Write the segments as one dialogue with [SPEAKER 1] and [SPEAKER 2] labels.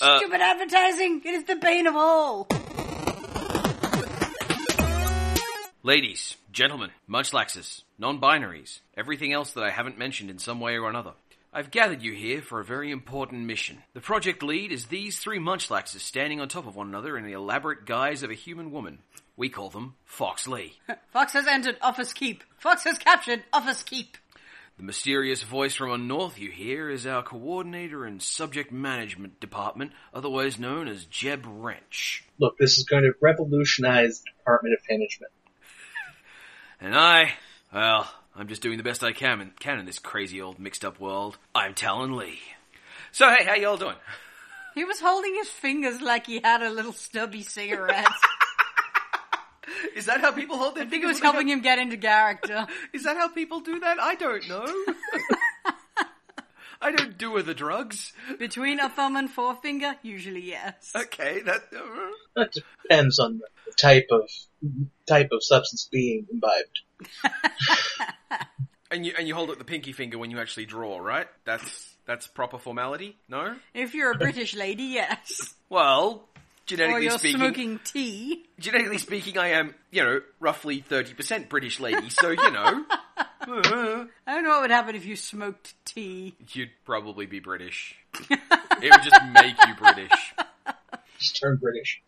[SPEAKER 1] Uh,
[SPEAKER 2] Stupid advertising. It is the bane of all.
[SPEAKER 1] Ladies, gentlemen, munchlaxes, non binaries, everything else that I haven't mentioned in some way or another. I've gathered you here for a very important mission. The project lead is these three munchlaxes standing on top of one another in the elaborate guise of a human woman. We call them Fox Lee.
[SPEAKER 2] Fox has entered office keep. Fox has captured office keep.
[SPEAKER 1] The mysterious voice from on north you hear is our coordinator and subject management department, otherwise known as Jeb Wrench.
[SPEAKER 3] Look, this is going to revolutionize the Department of Management.
[SPEAKER 1] And I, well, I'm just doing the best I can in, can in this crazy old mixed up world. I'm Talon Lee. So hey, how y'all doing?
[SPEAKER 2] He was holding his fingers like he had a little stubby cigarette.
[SPEAKER 1] Is that how people hold their
[SPEAKER 2] I think it was helping him get into character.
[SPEAKER 1] Is that how people do that? I don't know. I don't do with the drugs.
[SPEAKER 2] Between a thumb and forefinger, usually yes.
[SPEAKER 1] Okay, that. uh,
[SPEAKER 3] That depends on the type of type of substance being imbibed.
[SPEAKER 1] And you and you hold up the pinky finger when you actually draw, right? That's that's proper formality. No.
[SPEAKER 2] If you're a British lady, yes.
[SPEAKER 1] Well,
[SPEAKER 2] Or
[SPEAKER 1] genetically
[SPEAKER 2] Oh, you're
[SPEAKER 1] speaking,
[SPEAKER 2] smoking tea.
[SPEAKER 1] genetically speaking, I am you know roughly thirty percent British lady. So you know, Uh,
[SPEAKER 2] I don't know what would happen if you smoked tea.
[SPEAKER 1] you'd probably be British. It would just make you British.
[SPEAKER 3] Just turn British.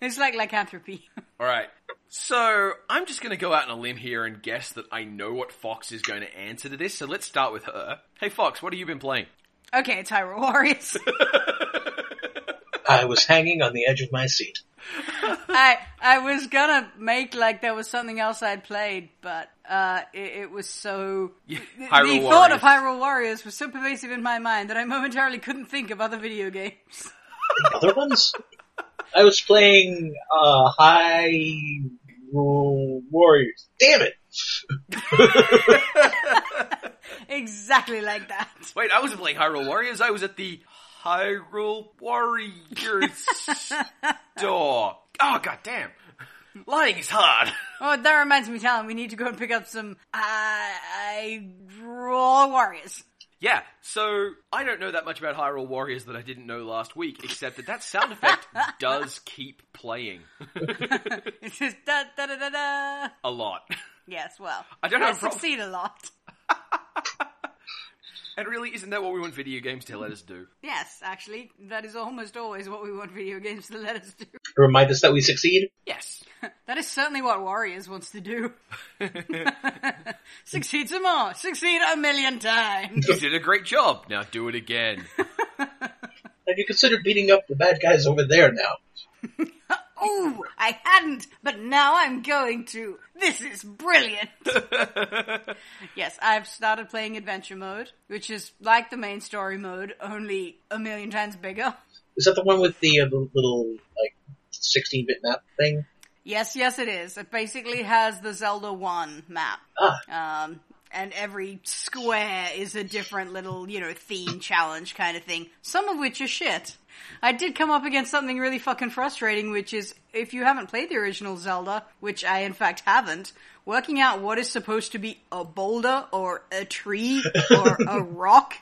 [SPEAKER 2] It's like lycanthropy.
[SPEAKER 1] All right. So I'm just going to go out on a limb here and guess that I know what Fox is going to answer to this. So let's start with her. Hey, Fox, what have you been playing?
[SPEAKER 2] Okay, it's Hyrule Warriors.
[SPEAKER 3] I was hanging on the edge of my seat.
[SPEAKER 2] I I was gonna make like there was something else I'd played, but uh, it, it was so the
[SPEAKER 1] Hyrule
[SPEAKER 2] thought of
[SPEAKER 1] Warriors.
[SPEAKER 2] Hyrule Warriors was so pervasive in my mind that I momentarily couldn't think of other video games.
[SPEAKER 3] Other ones? I was playing uh, High Warriors. Damn it!
[SPEAKER 2] exactly like that.
[SPEAKER 1] Wait, I wasn't playing Hyrule Warriors. I was at the Hyrule Warriors store. Oh, goddamn. Lying is hard.
[SPEAKER 2] Oh, that reminds me, Talon, we need to go and pick up some uh, I Raw Warriors.
[SPEAKER 1] Yeah, so I don't know that much about Hyrule Warriors that I didn't know last week, except that that sound effect does keep playing
[SPEAKER 2] It says da da da da da.
[SPEAKER 1] a lot.
[SPEAKER 2] Yes, well,
[SPEAKER 1] I don't
[SPEAKER 2] I
[SPEAKER 1] have a problem.
[SPEAKER 2] succeed a lot.
[SPEAKER 1] And really, isn't that what we want video games to let us do?
[SPEAKER 2] Yes, actually, that is almost always what we want video games to let us do.
[SPEAKER 3] Remind us that we succeed.
[SPEAKER 1] Yes.
[SPEAKER 2] That is certainly what Warriors wants to do. Succeed some more. Succeed a million times.
[SPEAKER 1] You did a great job. Now do it again.
[SPEAKER 3] Have you considered beating up the bad guys over there now?
[SPEAKER 2] Ooh, I hadn't, but now I'm going to. This is brilliant. yes, I've started playing adventure mode, which is like the main story mode, only a million times bigger.
[SPEAKER 3] Is that the one with the, uh, the little like 16-bit map thing?
[SPEAKER 2] Yes, yes, it is. It basically has the Zelda 1 map.
[SPEAKER 3] Ah.
[SPEAKER 2] Um, and every square is a different little, you know, theme challenge kind of thing. Some of which are shit. I did come up against something really fucking frustrating, which is if you haven't played the original Zelda, which I in fact haven't, working out what is supposed to be a boulder or a tree or a rock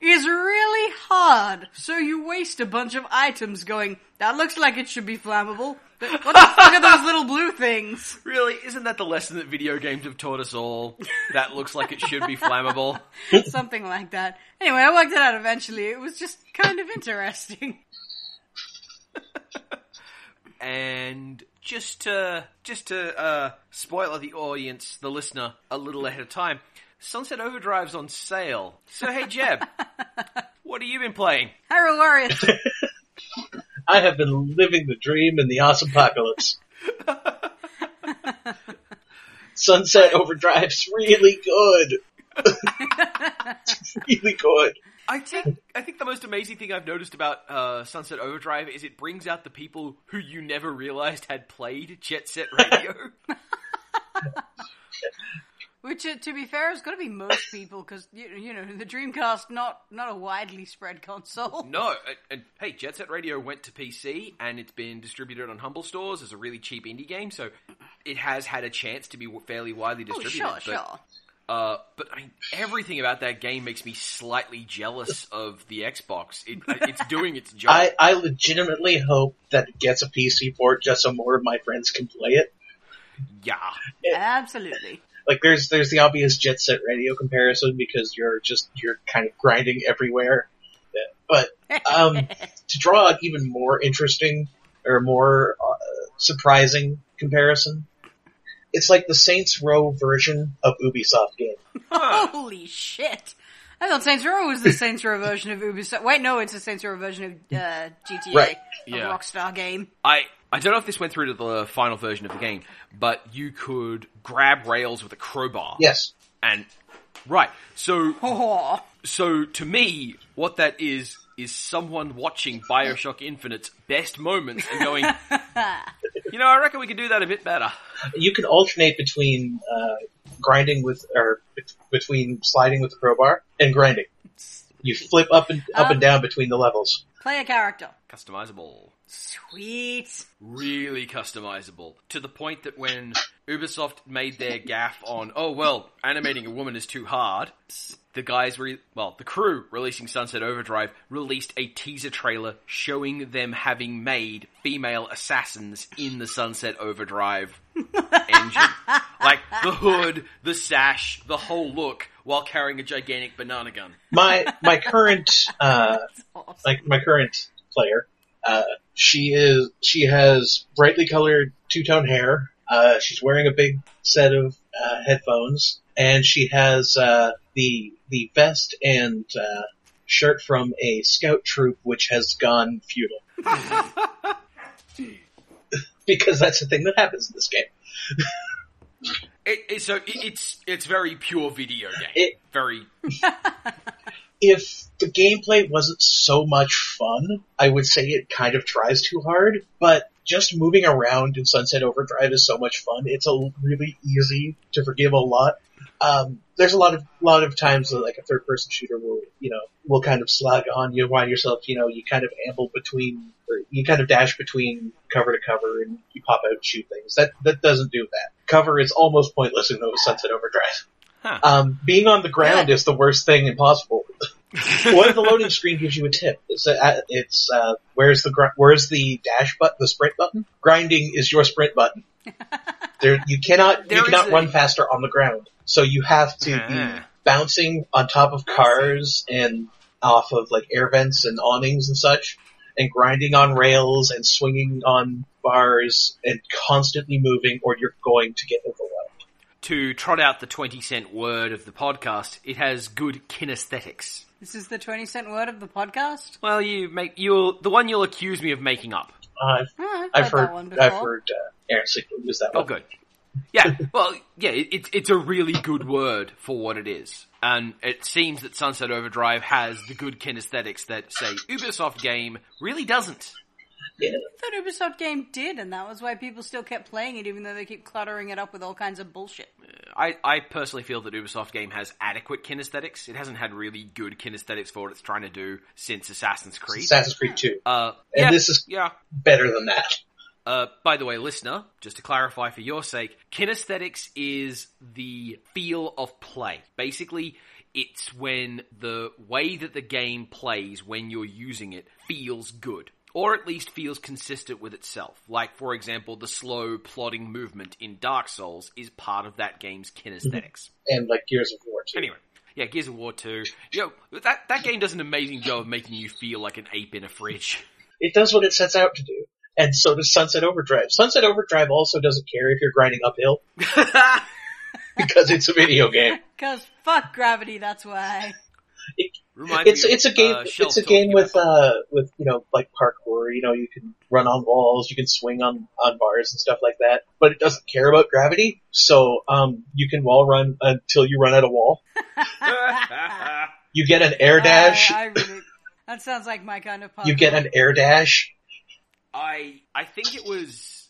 [SPEAKER 2] is really hard. So you waste a bunch of items going, that looks like it should be flammable. but What the fuck are those little blue things?
[SPEAKER 1] Really, isn't that the lesson that video games have taught us all? That looks like it should be flammable.
[SPEAKER 2] Something like that. Anyway, I worked it out eventually. It was just kind of interesting.
[SPEAKER 1] And just to just to uh, spoiler the audience, the listener, a little ahead of time, Sunset Overdrive's on sale. So hey, Jeb, what have you been playing?
[SPEAKER 2] Hyrule Warriors.
[SPEAKER 3] I have been living the dream in the awesome apocalypse. Sunset Overdrive's really good. it's really good.
[SPEAKER 1] I think I think the most amazing thing I've noticed about uh, Sunset Overdrive is it brings out the people who you never realized had played Jet Set Radio.
[SPEAKER 2] Which, uh, to be fair, is going to be most people because you, you know the Dreamcast not not a widely spread console.
[SPEAKER 1] No, and, and hey, Jet Set Radio went to PC and it's been distributed on Humble Stores as a really cheap indie game, so it has had a chance to be w- fairly widely
[SPEAKER 2] Oh,
[SPEAKER 1] distributed.
[SPEAKER 2] sure,
[SPEAKER 1] but
[SPEAKER 2] sure.
[SPEAKER 1] Uh, but I mean, everything about that game makes me slightly jealous of the Xbox. It, it's doing its job.
[SPEAKER 3] I, I legitimately hope that it gets a PC port just so more of my friends can play it.
[SPEAKER 1] yeah,
[SPEAKER 2] Absolutely.
[SPEAKER 3] Like there's there's the obvious Jet Set Radio comparison because you're just you're kind of grinding everywhere. But um, to draw an even more interesting or more uh, surprising comparison, it's like the Saints Row version of Ubisoft game.
[SPEAKER 2] Holy shit! I thought Saints Row was the Saints Row version of Ubisoft. Wait, no, it's the Saints Row version of uh, GTA,
[SPEAKER 3] Right.
[SPEAKER 2] a
[SPEAKER 1] Yeah.
[SPEAKER 2] Rockstar game.
[SPEAKER 1] I I don't know if this went through to the final version of the game, but you could grab rails with a crowbar.
[SPEAKER 3] Yes,
[SPEAKER 1] And right, so
[SPEAKER 2] Oh,
[SPEAKER 1] so to me, what that is is someone watching Bioshock Infinite's best moments and going, you know, I reckon we could do that a bit better.
[SPEAKER 3] you can alternate between uh, grinding with or bet- between sliding with the crowbar and grinding. You flip up and up and down between the levels.
[SPEAKER 2] play a character.
[SPEAKER 1] Customizable.
[SPEAKER 2] Sweet.
[SPEAKER 1] really customizable to the point that when Ubisoft made their gaff on, oh well, animating a woman is too hard. The guys, re- well, the crew releasing Sunset Overdrive released a teaser trailer showing them having made female assassins in the Sunset Overdrive engine, like the hood, the sash, the whole look, while carrying a gigantic banana gun.
[SPEAKER 3] My my current uh,
[SPEAKER 2] Awesome.
[SPEAKER 3] like my current player, uh, she is she has brightly colored two tone hair. Uh, she's wearing a big set of uh, headphones, and she has uh, the the vest and uh, shirt from a scout troop, which has gone feudal. because that's the thing that happens in this game.
[SPEAKER 1] It, it, so it, it's it's very pure video game,
[SPEAKER 3] It-
[SPEAKER 1] very
[SPEAKER 3] if the gameplay wasn't so much fun, I would say it kind of tries too hard, but just moving around in Sunset Overdrive is so much fun. It's a really easy to forgive a lot. Um, there's a lot of lot of times that like a third person shooter will you know will kind of slug on you while yourself you know you kind of amble between or you kind of dash between cover to cover and you pop out and shoot things. That that doesn't do that. Cover is almost pointless in Sunset Overdrive.
[SPEAKER 1] Huh.
[SPEAKER 3] Um, being on the ground is the worst thing impossible one of the loading screen gives you a tip. It's, uh, it's uh, where's the gr- where's the dash button, the sprint button? Grinding is your sprint button. There, you cannot
[SPEAKER 1] There
[SPEAKER 3] you
[SPEAKER 1] is
[SPEAKER 3] cannot
[SPEAKER 1] a-
[SPEAKER 3] run faster on the ground, so you have to be
[SPEAKER 1] Ah.
[SPEAKER 3] bouncing on top of cars and off of like air vents and awnings and such, and grinding on rails and swinging on bars and constantly moving, or you're going to get overwhelmed.
[SPEAKER 1] to trot out the 20 cent word of the podcast, it has good kinesthetics.
[SPEAKER 2] This is the 20 cent word of the podcast?
[SPEAKER 1] Well, you make you'll the one you'll accuse me of making up.
[SPEAKER 3] I've,
[SPEAKER 2] Oh, I've,
[SPEAKER 3] I've
[SPEAKER 2] heard
[SPEAKER 3] heard
[SPEAKER 2] that one before.
[SPEAKER 3] I've heard uh, Aaron Sigler use that
[SPEAKER 1] Oh,
[SPEAKER 3] one.
[SPEAKER 1] good. Yeah, well, yeah, it, it's it's a really good word for what it is, and it seems that Sunset Overdrive has the good kinesthetics that say Ubisoft game really doesn't.
[SPEAKER 3] Yeah.
[SPEAKER 2] I thought Ubisoft game did, and that was why people still kept playing it, even though they keep cluttering it up with all kinds of bullshit.
[SPEAKER 1] I, I personally feel that Ubisoft game has adequate kinesthetics. It hasn't had really good kinesthetics for what it's trying to do since Assassin's Creed.
[SPEAKER 3] Assassin's Creed 2.
[SPEAKER 1] uh,
[SPEAKER 3] And
[SPEAKER 1] yeah,
[SPEAKER 3] this is-
[SPEAKER 1] yeah.
[SPEAKER 3] Better than that.
[SPEAKER 1] Uh, by the way, listener, just to clarify for your sake, kinesthetics is the feel of play. Basically, it's when the way that the game plays when you're using it feels good. Or at least feels consistent with itself. Like, for example, the slow plodding movement in Dark Souls is part of that game's kinesthetics.
[SPEAKER 3] and like Gears of War too.
[SPEAKER 1] Anyway, yeah, Gears of War 2. Yo, that, that game does an amazing job of making you feel like an ape in a fridge.
[SPEAKER 3] It does what it sets out to do, and so does Sunset Overdrive. Sunset Overdrive also doesn't care if you're grinding uphill because it's a video game.
[SPEAKER 2] Because fuck gravity, that's why.
[SPEAKER 1] Reminds
[SPEAKER 3] It's
[SPEAKER 1] me of,
[SPEAKER 3] it's a game
[SPEAKER 1] uh, Shelf
[SPEAKER 3] it's a
[SPEAKER 1] talking
[SPEAKER 3] game
[SPEAKER 1] about
[SPEAKER 3] with uh with you know like parkour. You know you can run on walls, you can swing on on bars and stuff like that. But it doesn't care about gravity, so um you can wall run until you run out of wall. You get an air dash.
[SPEAKER 2] I, I really, that sounds like my kind of podcast.
[SPEAKER 3] you get an air dash.
[SPEAKER 1] I I think it was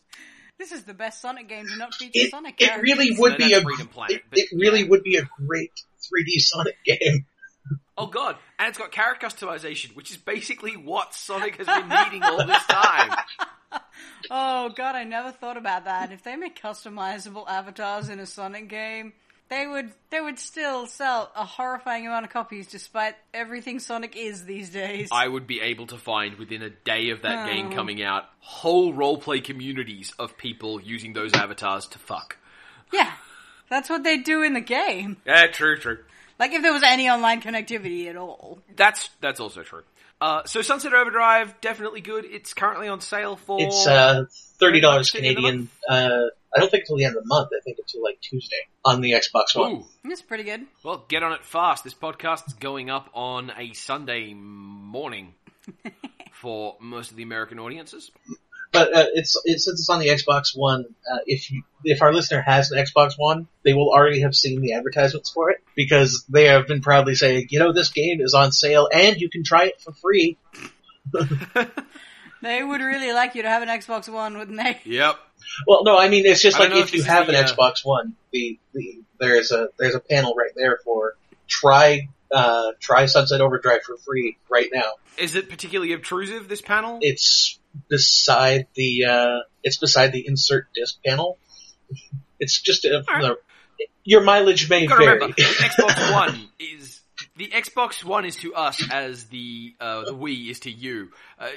[SPEAKER 2] This is the best Sonic game to not feature
[SPEAKER 3] It,
[SPEAKER 2] Sonic
[SPEAKER 3] it
[SPEAKER 2] characters.
[SPEAKER 3] really would
[SPEAKER 1] No,
[SPEAKER 3] be
[SPEAKER 1] that's
[SPEAKER 3] a
[SPEAKER 1] Freedom Planet,
[SPEAKER 3] it,
[SPEAKER 1] but
[SPEAKER 3] it really
[SPEAKER 1] yeah.
[SPEAKER 3] would be a great 3D Sonic game.
[SPEAKER 1] oh god, and it's got character customization, which is basically what Sonic has been needing all this time.
[SPEAKER 2] Oh god, I never thought about that. If they make customizable avatars in a Sonic game, They would they would still sell a horrifying amount of copies despite everything Sonic is these days.
[SPEAKER 1] I would be able to find within a day of that game
[SPEAKER 2] Oh.
[SPEAKER 1] coming out whole roleplay communities of people using those avatars to fuck.
[SPEAKER 2] yeah. That's what they do in the game.
[SPEAKER 1] Yeah, true, true.
[SPEAKER 2] Like if there was any online connectivity at all.
[SPEAKER 1] That's that's also true. Uh, so Sunset Overdrive, definitely good. It's currently on sale for
[SPEAKER 3] It's uh, thirty dollars
[SPEAKER 1] At the end of the
[SPEAKER 3] Canadian. Uh, I don't think till the end of the month. I think until like Tuesday on the Xbox One.
[SPEAKER 1] Ooh.
[SPEAKER 2] That's pretty good.
[SPEAKER 1] Well, get on it fast. This podcast's going up on a Sunday morning for most of the American audiences.
[SPEAKER 3] But uh, it's, it's since it's on the Xbox One. Uh, if you if our listener has an Xbox One, they will already have seen the advertisements for it because they have been proudly saying, you know, this game is on sale and you can try it for free.
[SPEAKER 2] They would really like you to have an Xbox One, wouldn't they?
[SPEAKER 1] Yep.
[SPEAKER 3] Well, no, I mean it's just
[SPEAKER 1] I don't
[SPEAKER 3] like
[SPEAKER 1] know
[SPEAKER 3] if
[SPEAKER 1] if
[SPEAKER 3] you
[SPEAKER 1] this
[SPEAKER 3] have
[SPEAKER 1] is
[SPEAKER 3] an
[SPEAKER 1] the, uh,
[SPEAKER 3] Xbox One, the, the there's a there's a panel right there for try uh, try Sunset Overdrive for free right now.
[SPEAKER 1] Is it particularly obtrusive? This panel?
[SPEAKER 3] It's beside the uh, it's beside the insert disc panel. It's just a,
[SPEAKER 1] Alright.
[SPEAKER 3] the- your mileage may
[SPEAKER 1] You've got to
[SPEAKER 3] vary.
[SPEAKER 1] remember, the Xbox One is the Xbox One is to us as the uh, the Wii is to you. Uh,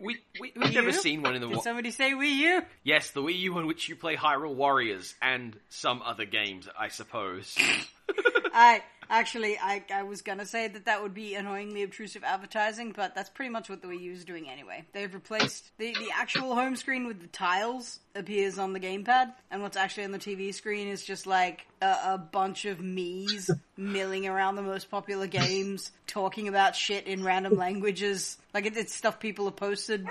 [SPEAKER 1] we, we we've never
[SPEAKER 2] You?
[SPEAKER 1] seen one in the
[SPEAKER 2] Did
[SPEAKER 1] Wii.
[SPEAKER 2] somebody say Wii U?
[SPEAKER 1] Yes, the Wii U on which you play Hyrule Warriors and some other games, I suppose.
[SPEAKER 2] I actually, I, I was gonna say that that would be annoyingly obtrusive advertising, but that's pretty much what the Wii U is doing anyway. They've replaced the, the actual home screen with the tiles appears on the gamepad, and what's actually on the TV screen is just like a, a bunch of me's milling around the most popular games, talking about shit in random languages. Like it, it's stuff people have posted.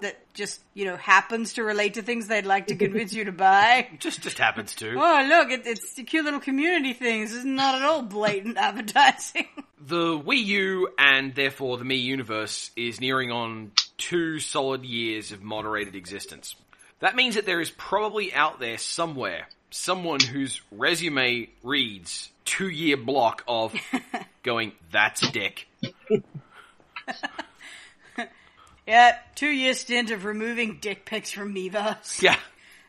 [SPEAKER 2] That just, you know, happens to relate to things they'd like to convince you to buy.
[SPEAKER 1] just just happens to.
[SPEAKER 2] Oh, look, it, it's the cute little community things. This is not at all blatant advertising.
[SPEAKER 1] The Wii U and therefore the Me universe is nearing on two solid years of moderated existence. That means that there is probably out there somewhere someone whose resume reads two year block of going, that's a dick.
[SPEAKER 2] yeah, two year stint of removing dick pics from Meverse.
[SPEAKER 1] Yeah.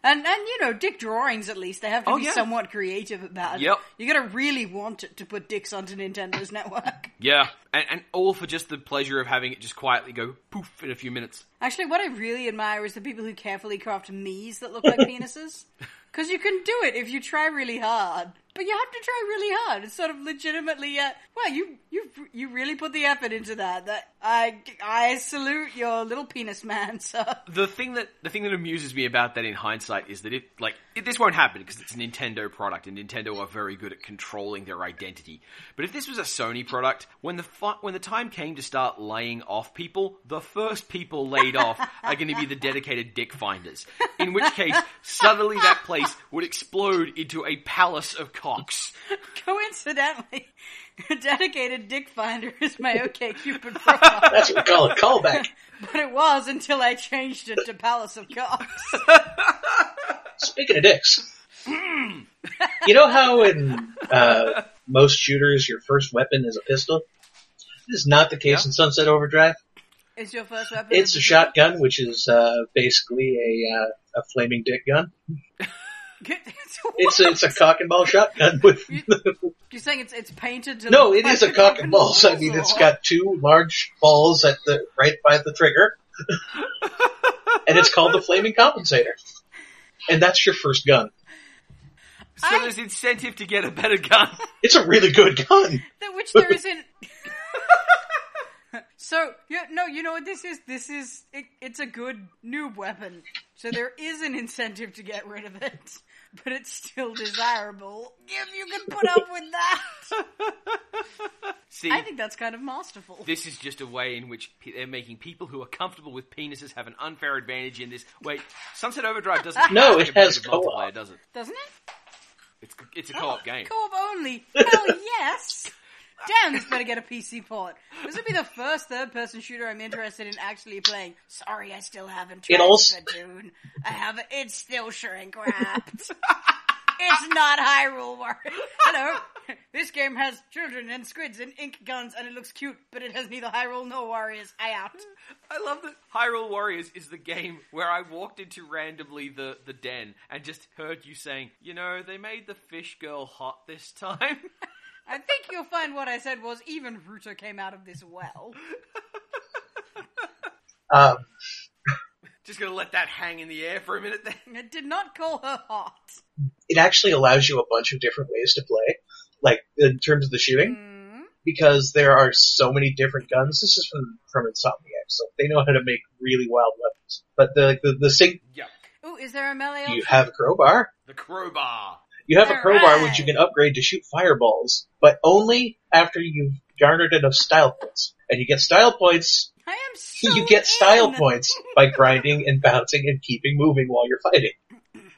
[SPEAKER 2] And, and, you know, dick drawings at least, they have to
[SPEAKER 1] Oh,
[SPEAKER 2] be
[SPEAKER 1] yeah.
[SPEAKER 2] somewhat creative about it.
[SPEAKER 1] Yep.
[SPEAKER 2] You gotta really want it to put dicks onto Nintendo's network.
[SPEAKER 1] Yeah. And, and all for just the pleasure of having it just quietly go poof in a few minutes.
[SPEAKER 2] Actually, what I really admire is the people who carefully craft me's that look like penises. Because you can do it if you try really hard. But you have to try really hard. It's sort of legitimately, uh, well, you you you really put the effort into that. That I I salute your little penis man, sir.
[SPEAKER 1] the thing that the thing that amuses me about that in hindsight is that if like it, this won't happen because it's a Nintendo product and Nintendo are very good at controlling their identity. But if this was a Sony product, when the fu- when the time came to start laying off people, the first people laid off are going to be the dedicated dick finders. In which case, suddenly that place would explode into a palace of cocks.
[SPEAKER 2] Coincidentally, a dedicated dick finder is my OK Cupid profile,
[SPEAKER 3] That's what we call a callback.
[SPEAKER 2] but it was until I changed it to Palace of Cocks.
[SPEAKER 3] Speaking of dicks,
[SPEAKER 1] Hmm.
[SPEAKER 3] you know how in uh, most shooters your first weapon is a pistol. This is not the case
[SPEAKER 1] Yeah. Mm-hmm.
[SPEAKER 3] in Sunset Overdrive.
[SPEAKER 2] Is your first weapon?
[SPEAKER 3] It's a shotgun, which is uh, basically a uh, a flaming dick gun. It's a, it's a cock and ball shotgun with
[SPEAKER 1] Mm-hmm.
[SPEAKER 2] You're saying it's it's painted to
[SPEAKER 3] No,
[SPEAKER 2] look
[SPEAKER 3] it
[SPEAKER 2] like
[SPEAKER 3] is a
[SPEAKER 2] an
[SPEAKER 3] cock
[SPEAKER 2] open
[SPEAKER 3] and balls. I mean,
[SPEAKER 2] nozzle.
[SPEAKER 3] it's got two large balls at the right by the trigger, and it's called the flaming compensator. And that's your first gun.
[SPEAKER 1] So
[SPEAKER 2] I-
[SPEAKER 1] there's incentive to get a better gun.
[SPEAKER 3] It's a really good gun.
[SPEAKER 2] that which there isn't. so yeah, no, you know what this is? This is it, it's a good noob weapon. So there is an incentive to get rid of it, but it's still desirable if you can put up with that.
[SPEAKER 1] See,
[SPEAKER 2] I think that's kind of masterful.
[SPEAKER 1] This is just a way in which pe- they're making people who are comfortable with penises have an unfair advantage in this. Wait, Sunset Overdrive doesn't.
[SPEAKER 3] No,
[SPEAKER 1] have
[SPEAKER 3] it
[SPEAKER 1] competitive
[SPEAKER 3] has co-op.
[SPEAKER 1] multiplayer, does it?
[SPEAKER 2] Doesn't it?
[SPEAKER 1] It's it's a co-op game.
[SPEAKER 2] Co-op only. Hell yes. Damn, this better get a PC port. This would be the first third-person shooter I'm interested in actually playing. Sorry, I still haven't tried
[SPEAKER 3] It also-
[SPEAKER 2] Splatoon. I haven't. It's still shrink wrapped. it's not Hyrule Warriors. Hello, this game has children and squids and ink guns and it looks cute, but it has neither Hyrule nor Warriors. I out.
[SPEAKER 4] I love that Hyrule Warriors is the game where I walked into randomly the, the den and just heard you saying, you know, they made the fish girl hot this time.
[SPEAKER 2] I think you'll find what I said was even Ruta came out of this well.
[SPEAKER 3] Um,
[SPEAKER 4] just gonna let that hang in the air for a minute then.
[SPEAKER 2] It did not call her hot.
[SPEAKER 3] it actually allows you a bunch of different ways to play, like in terms of the shooting,
[SPEAKER 2] Mm.
[SPEAKER 3] because there are so many different guns. This is from from Insomniac, so they know how to make really wild weapons. But the the, the sink,
[SPEAKER 1] Yup.
[SPEAKER 2] Ooh, is there a melee
[SPEAKER 3] you
[SPEAKER 2] option?
[SPEAKER 3] have a crowbar.
[SPEAKER 1] The crowbar.
[SPEAKER 3] You have a crowbar
[SPEAKER 2] Alright.
[SPEAKER 3] which you can upgrade to shoot fireballs, but only after you've garnered enough style points. And you get style points.
[SPEAKER 2] I am so
[SPEAKER 3] You get style
[SPEAKER 2] in.
[SPEAKER 3] points by grinding and bouncing and keeping moving while you're fighting.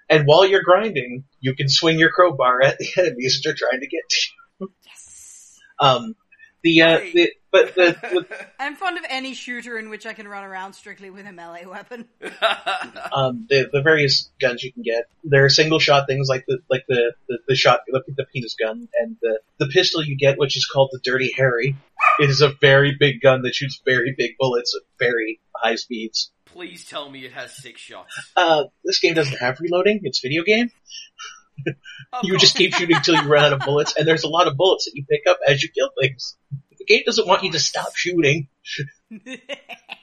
[SPEAKER 3] And while you're grinding, you can swing your crowbar at the enemies that are trying to get to you.
[SPEAKER 2] Yes.
[SPEAKER 3] Um, the, uh, the but the, the
[SPEAKER 2] I'm fond of any shooter in which I can run around strictly with a melee weapon.
[SPEAKER 3] um the, the various guns you can get there are single shot things like the like the the, the shot the, the penis gun and the the pistol you get which is called the Dirty Harry. It is a very big gun that shoots very big bullets at very high speeds.
[SPEAKER 1] Please tell me it has six shots.
[SPEAKER 3] Uh, this game doesn't have reloading. It's a video game.
[SPEAKER 1] Of
[SPEAKER 3] You
[SPEAKER 1] course.
[SPEAKER 3] just keep shooting until you run out of bullets, and there's a lot of bullets that you pick up as you kill things. The game doesn't want you to stop shooting.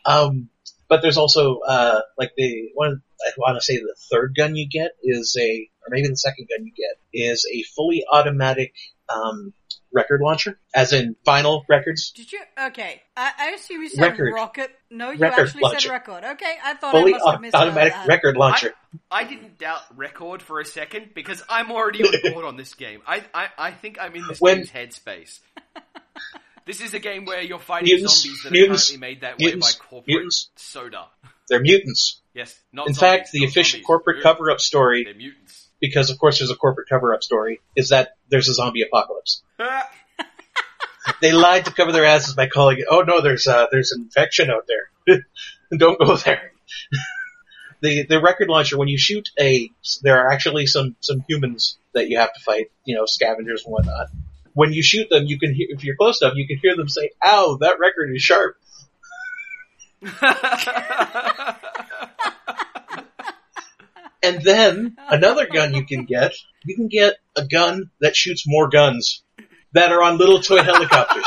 [SPEAKER 3] Um, but there's also uh, like the one I want to say the third gun you get is a, or maybe the second gun you get is a fully automatic um, record launcher, as in vinyl records.
[SPEAKER 2] Did you? Okay, I, I assume you said
[SPEAKER 3] Record.
[SPEAKER 2] rocket. No, you
[SPEAKER 3] Record
[SPEAKER 2] actually
[SPEAKER 3] launcher.
[SPEAKER 2] said record. Okay, I thought I
[SPEAKER 3] Fully
[SPEAKER 2] must have
[SPEAKER 3] au-
[SPEAKER 2] missed
[SPEAKER 3] automatic
[SPEAKER 2] that.
[SPEAKER 3] record launcher.
[SPEAKER 4] I didn't doubt record for a second because I'm already on board on this game. I, I, I think I'm in this
[SPEAKER 3] When-
[SPEAKER 4] game's headspace.
[SPEAKER 1] This is a game where you're fighting
[SPEAKER 3] Mutants,
[SPEAKER 1] zombies that
[SPEAKER 3] mutants,
[SPEAKER 1] are currently made that
[SPEAKER 3] mutants,
[SPEAKER 1] way by corporate
[SPEAKER 3] mutants.
[SPEAKER 1] soda.
[SPEAKER 3] They're mutants.
[SPEAKER 1] Yes, not
[SPEAKER 3] In
[SPEAKER 1] Oh, zombies,
[SPEAKER 3] fact, the
[SPEAKER 1] not
[SPEAKER 3] official
[SPEAKER 1] zombies.
[SPEAKER 3] corporate
[SPEAKER 1] They're-
[SPEAKER 3] cover-up story,
[SPEAKER 1] They're mutants.
[SPEAKER 3] because of course there's a corporate cover-up story, is that there's a zombie apocalypse. they lied to cover their asses by calling it, "Oh no, there's uh, there's an infection out there. Don't go there." the the record launcher when you shoot a there are actually some some humans that you have to fight, you know, scavengers and whatnot. When you shoot them, you can hear, if you're close enough, you can hear them say, "Ow, that record is sharp." And then another gun you can get, you can get a gun that shoots more guns that are on little toy helicopters.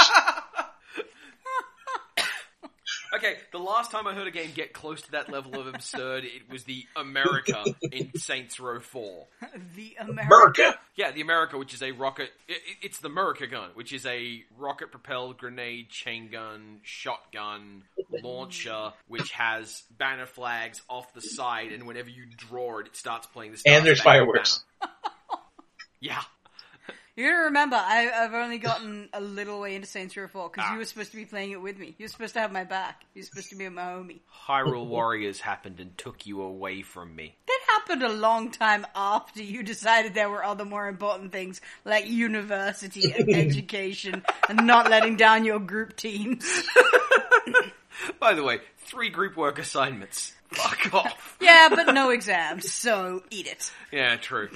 [SPEAKER 1] Okay, the last time I heard a game get close to that level of absurd, it was the America in Saints Row 4.
[SPEAKER 2] The American.
[SPEAKER 3] America.
[SPEAKER 1] Yeah, the America, which is a rocket. i i- it's the America gun, which is a rocket propelled grenade, chain gun, shotgun, launcher, which has banner flags off the side, and whenever you draw it, it starts playing the Star
[SPEAKER 3] And there's
[SPEAKER 1] Spangled
[SPEAKER 3] fireworks.
[SPEAKER 1] Banner. yeah.
[SPEAKER 2] You gotta remember, I, I've only gotten a little way into Saints Row 4 because you were supposed to be playing it with me. You're supposed to have my back. You're supposed to be my homie.
[SPEAKER 1] Hyrule Warriors happened and took you away from me.
[SPEAKER 2] That happened a long time after you decided there were other more important things like university and education and not letting down your group teams.
[SPEAKER 1] By the way, three group work assignments. Fuck off.
[SPEAKER 2] Yeah, but no exams, so eat it.
[SPEAKER 1] Yeah, true.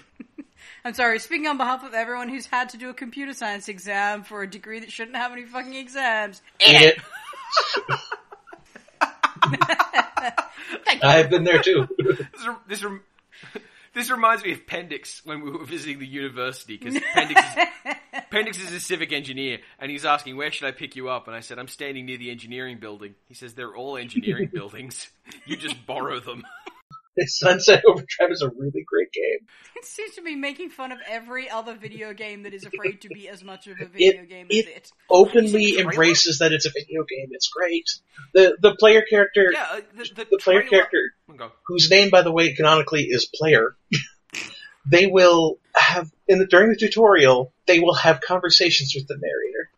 [SPEAKER 2] I'm sorry, speaking on behalf of everyone who's had to do a computer science exam for a degree that shouldn't have any fucking exams.
[SPEAKER 3] Eat it. I've been there too.
[SPEAKER 1] This, rem- this, rem- this reminds me of Pendix when we were visiting the university because Pendix, is- Pendix is a civic engineer and he's asking, Where should I pick you up? And I said, I'm standing near the engineering building. He says, They're all engineering buildings. You just borrow them.
[SPEAKER 3] Sunset Overdrive is a really great game.
[SPEAKER 2] It seems to be making fun of every other video game that is afraid to be as much of a video game as
[SPEAKER 3] it-
[SPEAKER 2] it.
[SPEAKER 3] Openly embraces that it's a video game. It's great. The the player character,
[SPEAKER 1] Yeah, uh, the, the,
[SPEAKER 3] the player
[SPEAKER 1] trailer-
[SPEAKER 3] character,
[SPEAKER 1] Oh, go.
[SPEAKER 3] whose name by the way canonically is Player, they will have in the during the tutorial they will have conversations with the narrator.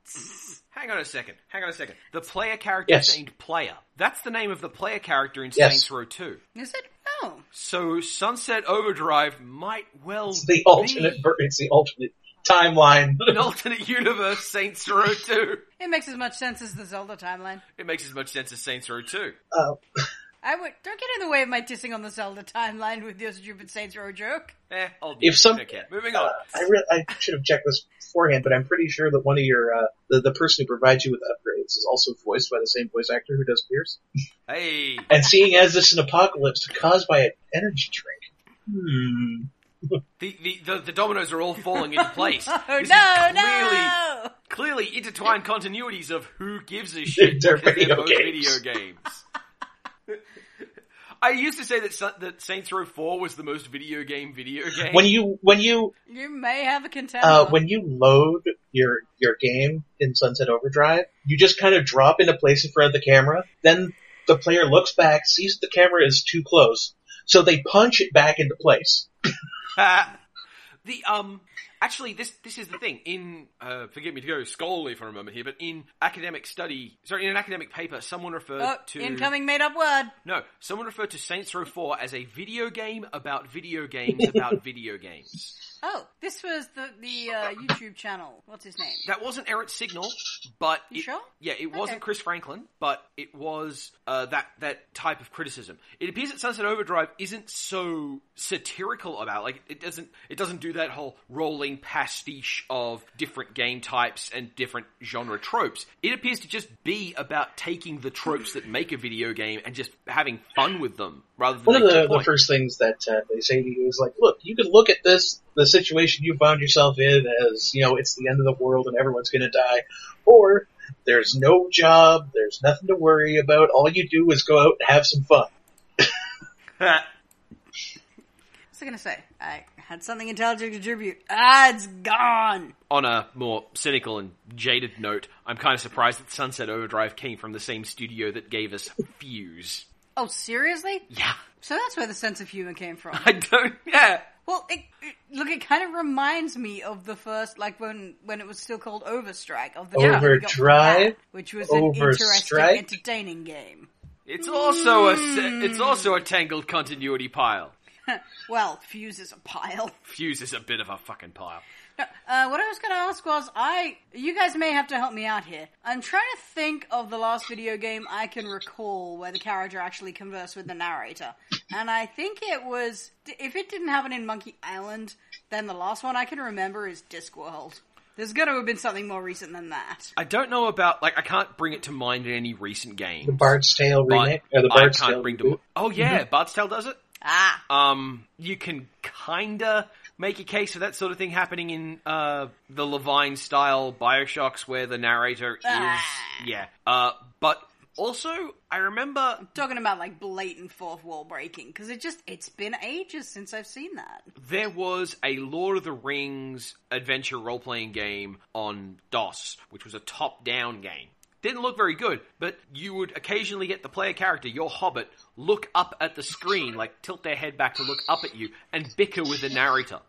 [SPEAKER 1] Hang on a second. Hang on a second. The player character
[SPEAKER 3] Yes.
[SPEAKER 1] is named Player. That's the name of the player character in
[SPEAKER 3] Yes.
[SPEAKER 1] Saints Row 2.
[SPEAKER 2] Is it? No.
[SPEAKER 1] So Sunset Overdrive might well
[SPEAKER 3] It's the alternate.
[SPEAKER 1] be
[SPEAKER 3] ver- It's the alternate timeline.
[SPEAKER 1] an alternate universe Saints Row 2.
[SPEAKER 2] It makes as much sense as the Zelda timeline.
[SPEAKER 1] It makes as much sense as Saints Row 2.
[SPEAKER 3] Uh,
[SPEAKER 2] I would don't get in the way of my dissing on the Zelda timeline with your stupid Saints Row joke.
[SPEAKER 1] Eh, I'll do
[SPEAKER 3] If
[SPEAKER 1] it.
[SPEAKER 3] some-
[SPEAKER 1] Don't care. Moving
[SPEAKER 3] Uh,
[SPEAKER 1] on.
[SPEAKER 3] I, re- I should have checked this beforehand, but I'm pretty sure that one of your uh, the the person who provides you with upgrades is also voiced by the same voice actor who does Pierce.
[SPEAKER 1] Hey,
[SPEAKER 3] And seeing as this is an apocalypse caused by an energy drink, hmm,
[SPEAKER 1] the, the, the, the dominoes are all falling into place.
[SPEAKER 2] Oh
[SPEAKER 1] This is
[SPEAKER 2] no,
[SPEAKER 1] clearly,
[SPEAKER 2] no!
[SPEAKER 1] Clearly intertwined continuities of who gives a shit
[SPEAKER 3] They're
[SPEAKER 1] because they're
[SPEAKER 3] video
[SPEAKER 1] both
[SPEAKER 3] games.
[SPEAKER 1] video games. I used to say that, Sa- that Saints Row 4 was the most video game video game.
[SPEAKER 3] when you when you
[SPEAKER 2] You may have a contender.
[SPEAKER 3] uh, when you load your your game in Sunset Overdrive, you just kind of drop into place in front of the camera. Then the player looks back, sees the camera is too close, so they punch it back into place.
[SPEAKER 1] the um actually this this is the thing in uh, forgive me to go scholarly for a moment here but in academic study sorry in an academic paper someone referred
[SPEAKER 2] oh,
[SPEAKER 1] to
[SPEAKER 2] incoming made up word.
[SPEAKER 1] no someone referred to Saints Row 4 as a video game about video games about video games
[SPEAKER 2] Oh, this was the the uh, YouTube channel. What's his name?
[SPEAKER 1] That wasn't Eric Signal, but
[SPEAKER 2] You
[SPEAKER 1] it-
[SPEAKER 2] sure?
[SPEAKER 1] yeah, it wasn't
[SPEAKER 2] Okay.
[SPEAKER 1] Chris Franklin, but it was uh, that that type of criticism. It appears that Sunset Overdrive isn't so satirical about like it doesn't it doesn't do that whole rolling pastiche of different game types and different genre tropes. It appears to just be about taking the tropes that make a video game and just having fun with them rather than
[SPEAKER 3] One of
[SPEAKER 1] making a
[SPEAKER 3] the, the
[SPEAKER 1] point.
[SPEAKER 3] first things that uh, they say to you is like, look, you can look at this, the situation you found yourself in as, you know, it's the end of the world and everyone's gonna die, or there's no job, there's nothing to worry about, all you do is go out and have some fun.
[SPEAKER 2] What's I gonna say? I had something intelligent to contribute. Ah, it's gone.
[SPEAKER 1] on a more cynical and jaded note, I'm kind of surprised that Sunset Overdrive came from the same studio that gave us Fuse.
[SPEAKER 2] Oh, seriously?
[SPEAKER 1] Yeah,
[SPEAKER 2] So that's where the sense of humor came from.
[SPEAKER 1] I don't. Yeah,
[SPEAKER 2] Well, it, it, look, it kind of reminds me of the first, like when when it was still called Overstrike of the game we got from
[SPEAKER 3] Overdrive?
[SPEAKER 2] that, which was an interesting,
[SPEAKER 3] Overstrike?
[SPEAKER 2] entertaining game.
[SPEAKER 1] it's also a se- it's also a tangled continuity pile.
[SPEAKER 2] Well, Fuse is a pile.
[SPEAKER 1] Fuse is a bit of a fucking pile.
[SPEAKER 2] No, uh, what I was going to ask was, I you guys may have to help me out here. I'm trying to think of the last video game I can recall where the character actually conversed with the narrator, and I think it was if it didn't happen in Monkey Island, then the last one I can remember is Discworld. There's got to have been something more recent than that.
[SPEAKER 1] I don't know about like I can't bring it to mind in any recent
[SPEAKER 3] The
[SPEAKER 1] game.
[SPEAKER 3] Bard's Tale
[SPEAKER 1] but
[SPEAKER 3] remake, or the
[SPEAKER 1] I
[SPEAKER 3] Bard's
[SPEAKER 1] can't
[SPEAKER 3] Tale
[SPEAKER 1] bring
[SPEAKER 3] reboot. Mm-hmm.
[SPEAKER 1] to. Oh yeah, Bard's Tale does it.
[SPEAKER 2] Ah,
[SPEAKER 1] Um, you can kinda make a case for that sort of thing happening in uh, the Levine style Bioshocks, where the narrator is
[SPEAKER 2] Ah.
[SPEAKER 1] yeah. Uh, but also, I remember
[SPEAKER 2] talking about like blatant fourth wall breaking because it just it's been ages since I've seen that.
[SPEAKER 1] there was a Lord of the Rings adventure role playing game on DOS, which was a top down game. Didn't look very good, but you would occasionally get the player character, your hobbit, look up at the screen, like tilt their head back to look up at you, and bicker with the narrator.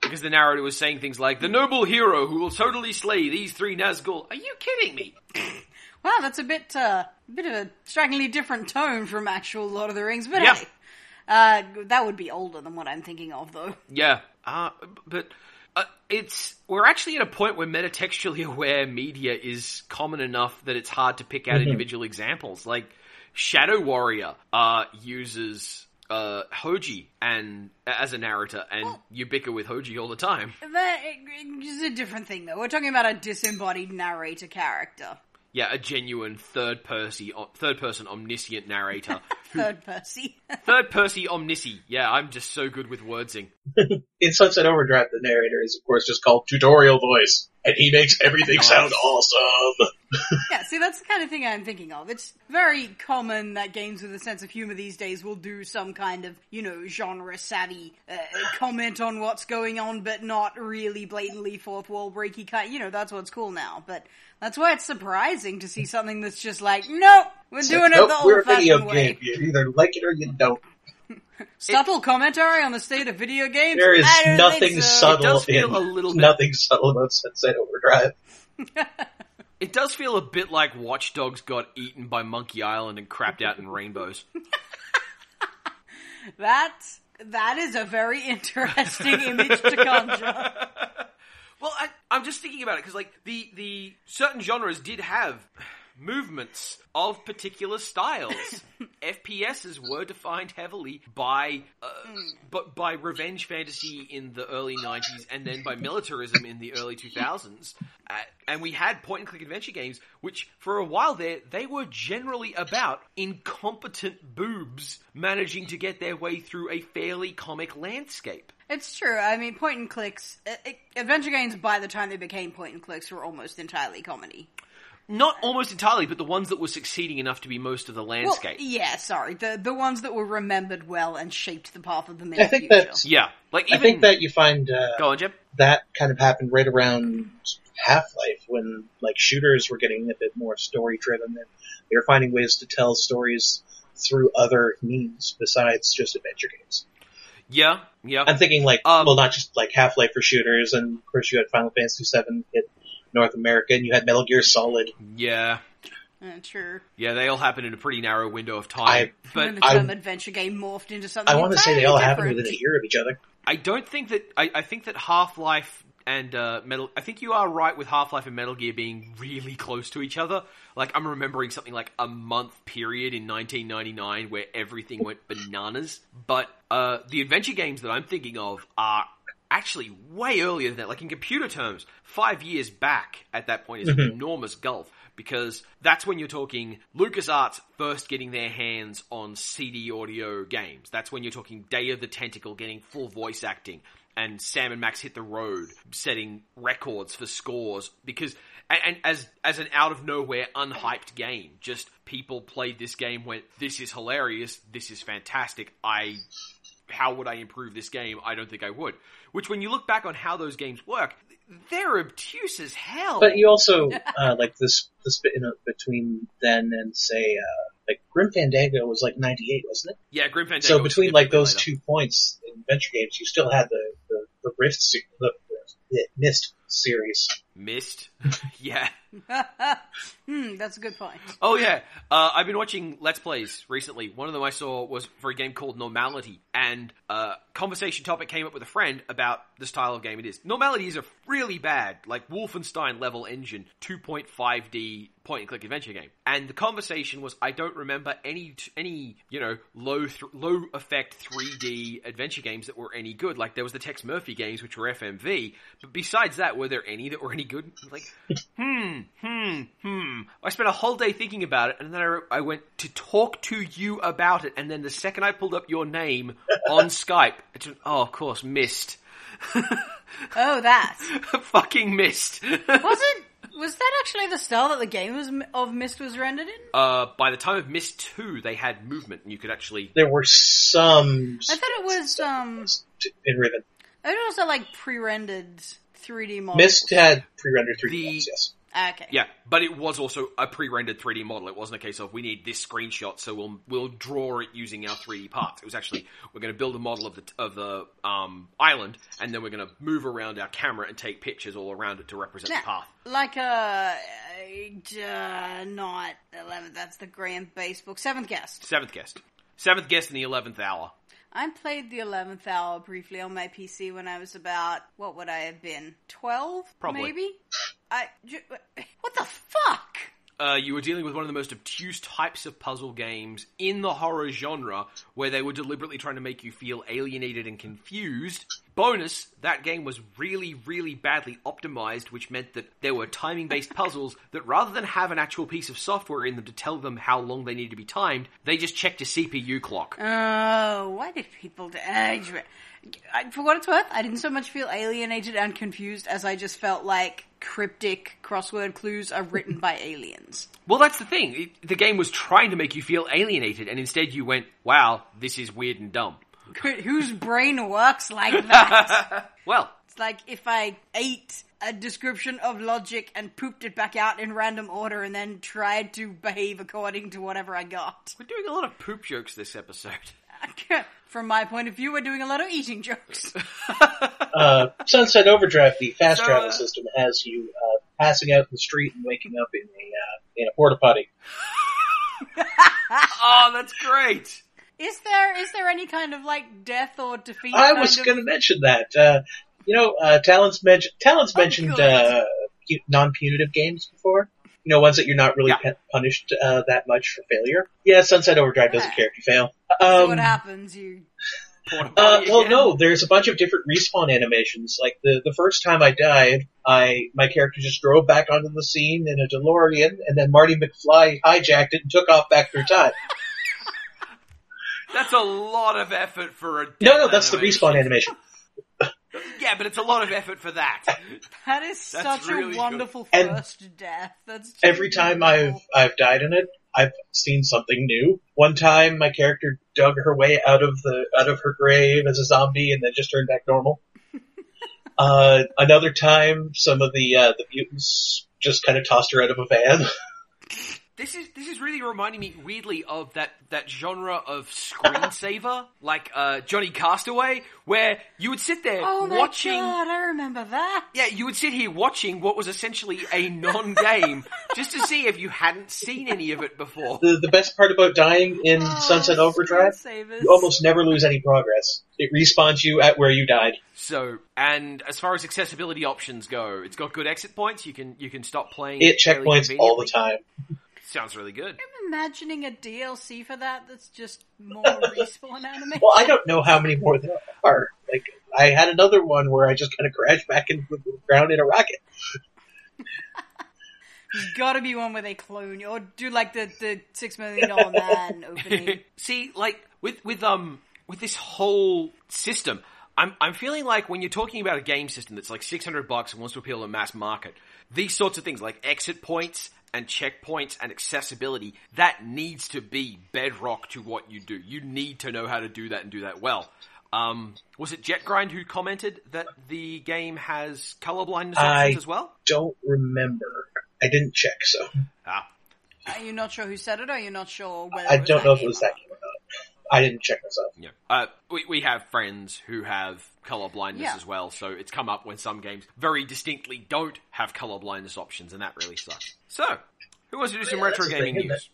[SPEAKER 1] because the narrator was saying things like, The noble hero who will totally slay these three Nazgul. Are you kidding me?
[SPEAKER 2] Wow, that's a bit uh, a bit of a strikingly different tone from actual Lord of the Rings, but
[SPEAKER 1] Yeah.
[SPEAKER 2] hey, uh, that would be older than what I'm thinking of though.
[SPEAKER 1] Yeah. Uh, but uh, it's we're actually at a point where metatextually aware media is common enough that it's hard to pick out individual examples. Like Shadow Warrior uh, uses uh, Hoji and as a narrator, and you bicker with Hoji all the time.
[SPEAKER 2] That is uh, a different thing though. We're talking about a disembodied narrator character,
[SPEAKER 1] Yeah, a genuine third person, third person omniscient narrator.
[SPEAKER 2] third Percy.
[SPEAKER 1] third person omnisci. Yeah, I'm just so good with wordsing.
[SPEAKER 3] In Sunset Overdrive, the narrator is of course just called Tutorial Voice, and he makes everything
[SPEAKER 1] Nice.
[SPEAKER 3] sound awesome.
[SPEAKER 2] yeah, see, that's the kind of thing I'm thinking of. It's very common that games with a sense of humor these days will do some kind of, you know, genre savvy uh, comment on what's going on, but not really blatantly fourth wall breaky kind. You know, that's what's cool now. But that's why it's surprising to see something that's just like, nope, we're doing it
[SPEAKER 3] Nope,
[SPEAKER 2] the
[SPEAKER 3] we're
[SPEAKER 2] old
[SPEAKER 3] a video
[SPEAKER 2] fashioned
[SPEAKER 3] game.
[SPEAKER 2] way.
[SPEAKER 3] You either like it or you don't.
[SPEAKER 2] Subtle commentary on the state of video games.
[SPEAKER 3] There is
[SPEAKER 2] I don't think
[SPEAKER 3] nothing
[SPEAKER 2] so.
[SPEAKER 1] It
[SPEAKER 3] subtle
[SPEAKER 1] does feel
[SPEAKER 3] in
[SPEAKER 1] a little bit-
[SPEAKER 3] nothing subtle about Sunset Overdrive.
[SPEAKER 1] It does feel a bit like Watch Dogs got eaten by Monkey Island and crapped out in rainbows.
[SPEAKER 2] That that is a very interesting image to conjure.
[SPEAKER 1] Well, I, I'm just thinking about it because, like, the the certain genres did have movements of particular styles. FPSs were defined heavily by, uh, but by revenge fantasy in the early '90s, and then by militarism in the early 2000s. Uh, and we had point-and-click adventure games, which for a while there they were generally about incompetent boobs managing to get their way through a fairly comic landscape.
[SPEAKER 2] It's true. I mean, point and clicks. uh, uh, Adventure games, by the time they became point and clicks, were almost entirely comedy.
[SPEAKER 1] Not almost entirely, but the ones that were succeeding enough to be most of the
[SPEAKER 2] Well,
[SPEAKER 1] landscape.
[SPEAKER 2] yeah, sorry. The the ones that were remembered well and shaped the path of the middle
[SPEAKER 3] I think
[SPEAKER 2] future.
[SPEAKER 3] that's-
[SPEAKER 1] yeah, like even
[SPEAKER 3] I think that you find uh,
[SPEAKER 1] go on, Jim.
[SPEAKER 3] that kind of happened right around Half Life when like shooters were getting a bit more story driven and they were finding ways to tell stories through other means besides just adventure games.
[SPEAKER 1] Yeah, yeah.
[SPEAKER 3] I'm thinking like
[SPEAKER 1] Um,
[SPEAKER 3] well not just like Half Life for shooters and of course you had Final Fantasy VII in North America and you had Metal Gear Solid.
[SPEAKER 1] Yeah,
[SPEAKER 2] Uh, true.
[SPEAKER 1] yeah, they all happen in a pretty narrow window of time.
[SPEAKER 3] I-
[SPEAKER 2] and
[SPEAKER 1] but
[SPEAKER 2] the
[SPEAKER 3] I-
[SPEAKER 2] term adventure game morphed into something.
[SPEAKER 3] I want to say they
[SPEAKER 2] entirely
[SPEAKER 3] all
[SPEAKER 2] different.
[SPEAKER 3] happened within a year of each other.
[SPEAKER 1] I don't think that I, I think that Half Life and uh, Metal. I think you are right with Half Life and Metal Gear being really close to each other. Like I'm remembering something like a month period in 1999 where everything went bananas. But uh, the adventure games that I'm thinking of are actually way earlier than that. Like in computer terms, five years back at that point is an enormous gulf because that's when you're talking LucasArts first getting their hands on CD audio games. That's when you're talking Day of the Tentacle getting full voice acting and Sam and Max hit the road setting records for scores because and, and as as an out of nowhere unhyped game just people played this game went this is hilarious this is fantastic I how would I improve this game? I don't think I would. Which, when you look back on how those games work, they're obtuse as hell.
[SPEAKER 3] But you also uh, like this this bit in a, between then and say uh, like Grim Fandango was like '98, wasn't it?
[SPEAKER 1] yeah, Grim Fandango.
[SPEAKER 3] so
[SPEAKER 1] was
[SPEAKER 3] between like
[SPEAKER 1] significantly
[SPEAKER 3] those
[SPEAKER 1] later.
[SPEAKER 3] two points in adventure games, you still had the the, the Rift se- the, the Mist series.
[SPEAKER 1] missed, yeah.
[SPEAKER 2] Hmm, that's a good point.
[SPEAKER 1] Oh yeah, uh, I've been watching Let's Plays recently. One of them I saw was for a game called Normality, and uh, conversation topic came up with a friend about the style of game it is. Normality is a really bad, like Wolfenstein level engine, 2.5D point and click adventure game. And the conversation was, I don't remember any t- any you know low th- low effect 3D adventure games that were any good. Like there was the Tex Murphy games, which were FMV, but besides that, were there any that were any good? Like hmm, hmm, hmm. I spent a whole day thinking about it, and then I, I went to talk to you about it, and then the second I pulled up your name on Skype, it just, oh, of course, missed.
[SPEAKER 2] Oh, that
[SPEAKER 1] Fucking missed.
[SPEAKER 2] was it. Was that actually the style that the game was of Mist was rendered in?
[SPEAKER 1] uh, by the time of Mist 2, they had movement, and you could actually.
[SPEAKER 3] There were some
[SPEAKER 2] I thought it was um.
[SPEAKER 3] in Riven.
[SPEAKER 2] I thought it was uh, like pre-rendered 3D models.
[SPEAKER 3] Mist had pre-rendered 3D
[SPEAKER 1] The-
[SPEAKER 3] games, yes.
[SPEAKER 2] Ah, Okay.
[SPEAKER 1] Yeah, but it was also a pre-rendered 3D model. It wasn't a case of we need this screenshot, so we'll we'll draw it using our 3D parts. It was actually we're going to build a model of the of the um, island, and then we're going to move around our camera and take pictures all around it to represent
[SPEAKER 2] Yeah,
[SPEAKER 1] the path.
[SPEAKER 2] Like a uh, not eleventh. That's the grand base book. Seventh guest.
[SPEAKER 1] Seventh guest. Seventh guest in the eleventh hour.
[SPEAKER 2] I played the eleventh hour briefly on my PC when I was about what would I have been twelve?
[SPEAKER 1] Probably.
[SPEAKER 2] Maybe. I. ju- What the fuck?
[SPEAKER 1] Uh, you were dealing with one of the most obtuse types of puzzle games in the horror genre, where they were deliberately trying to make you feel alienated and confused. Bonus, that game was really, really badly optimized, which meant that there were timing based puzzles that rather than have an actual piece of software in them to tell them how long they needed to be timed, they just checked a CPU clock.
[SPEAKER 2] Oh, why did people? Do- I ju- I- for what it's worth, I didn't so much feel alienated and confused as I just felt like cryptic crossword clues are written by aliens.
[SPEAKER 1] Well, that's the thing. It, the game was trying to make you feel alienated, and instead you went, wow, this is weird and dumb.
[SPEAKER 2] Whose brain works like that?
[SPEAKER 1] Well,
[SPEAKER 2] It's like if I ate a description of logic and pooped it back out in random order and then tried to behave according to whatever I got.
[SPEAKER 1] we're doing a lot of poop jokes this episode.
[SPEAKER 2] From my point of view, we're doing a lot of eating jokes.
[SPEAKER 3] Uh, Sunset Overdrive, the fast
[SPEAKER 1] So,
[SPEAKER 3] travel
[SPEAKER 1] uh,
[SPEAKER 3] system, has you uh, passing out in the street and waking up in a uh, in a porta potty.
[SPEAKER 1] Oh, that's great.
[SPEAKER 2] Is there is there any kind of like death or defeat?
[SPEAKER 3] I
[SPEAKER 2] kind
[SPEAKER 3] was
[SPEAKER 2] of-
[SPEAKER 3] going to mention that. Uh, you know, uh, Talon's, men- Talon's mentioned
[SPEAKER 2] Oh, good.
[SPEAKER 3] uh, non punitive games before. you know, ones that you're not really
[SPEAKER 1] Yeah.
[SPEAKER 3] pu- punished uh, that much for failure. Yeah, Sunset Overdrive doesn't
[SPEAKER 2] Yeah.
[SPEAKER 3] care if you fail.
[SPEAKER 2] So
[SPEAKER 3] Um,
[SPEAKER 2] what Oh, happens? You
[SPEAKER 1] Porta
[SPEAKER 3] uh,
[SPEAKER 1] potty
[SPEAKER 3] well,
[SPEAKER 1] again.
[SPEAKER 3] no, there's a bunch of different respawn animations. Like the the first time I died, I my character just drove back onto the scene in a DeLorean, and then Marty McFly hijacked it and took off back through time.
[SPEAKER 1] That's a lot of effort for a.
[SPEAKER 3] No,
[SPEAKER 1] death
[SPEAKER 3] no, that's the
[SPEAKER 1] animation.
[SPEAKER 3] respawn animation.
[SPEAKER 1] Yeah, but it's a lot of effort for that.
[SPEAKER 2] that is such
[SPEAKER 1] really
[SPEAKER 2] a
[SPEAKER 1] good.
[SPEAKER 2] wonderful
[SPEAKER 3] And
[SPEAKER 2] first death. That's too
[SPEAKER 3] Every time I've
[SPEAKER 2] beautiful.
[SPEAKER 3] I've died in it, I've seen something new. One time, my character dug her way out of the out of her grave as a zombie, and then just turned back normal. Uh, another time, some of the uh, the mutants just kind of tossed her out of a van.
[SPEAKER 1] This is this is really reminding me weirdly of that that genre of screensaver, like uh, Johnny Castaway, where you would sit there
[SPEAKER 2] Oh my
[SPEAKER 1] watching.
[SPEAKER 2] god, I remember that.
[SPEAKER 1] Yeah, you would sit here watching what was essentially a non-game just to see if you hadn't seen any of it before.
[SPEAKER 3] the the best part about dying in
[SPEAKER 2] Oh,
[SPEAKER 3] Sunset Overdrive,
[SPEAKER 2] screensavers.
[SPEAKER 3] you almost never lose any progress. It respawns you at where you died.
[SPEAKER 1] So, and as far as accessibility options go, it's got good exit points. You can you can stop playing
[SPEAKER 3] It
[SPEAKER 1] fairly
[SPEAKER 3] checkpoints all the
[SPEAKER 1] conveniently.
[SPEAKER 3] time.
[SPEAKER 1] Sounds really good.
[SPEAKER 2] I'm imagining a DLC for that that's just more respawn animation.
[SPEAKER 3] Well, I don't know how many more there are. Like I had another one where I just kind of crashed back into the ground in a rocket.
[SPEAKER 2] There's gotta be one where they clone you, or do like the, the six million dollar man opening.
[SPEAKER 1] See, like with with um with this whole system, I'm I'm feeling like when you're talking about a game system that's like 600 bucks and wants to appeal to mass market, these sorts of things like exit points and checkpoints and accessibility that needs to be bedrock to what you do. You need to know how to do that and do that well. Um, was it Jetgrind who commented that the game has colorblindness options
[SPEAKER 3] I-
[SPEAKER 1] as well?
[SPEAKER 3] Don't remember. I didn't check, so
[SPEAKER 1] Ah,
[SPEAKER 2] Are you not sure who said it? Or are you not sure whether
[SPEAKER 3] I
[SPEAKER 2] it was
[SPEAKER 3] don't know if it
[SPEAKER 2] game
[SPEAKER 3] was
[SPEAKER 2] or
[SPEAKER 3] that game or not. I didn't check myself.
[SPEAKER 1] Yeah. Uh, we, we have friends who have color blindness
[SPEAKER 2] Yeah.
[SPEAKER 1] as well, so it's come up when some games very distinctly don't have color blindness options, and that really sucks. So, who wants to do some retro
[SPEAKER 3] that's a
[SPEAKER 1] gaming
[SPEAKER 3] thing, isn't
[SPEAKER 1] news?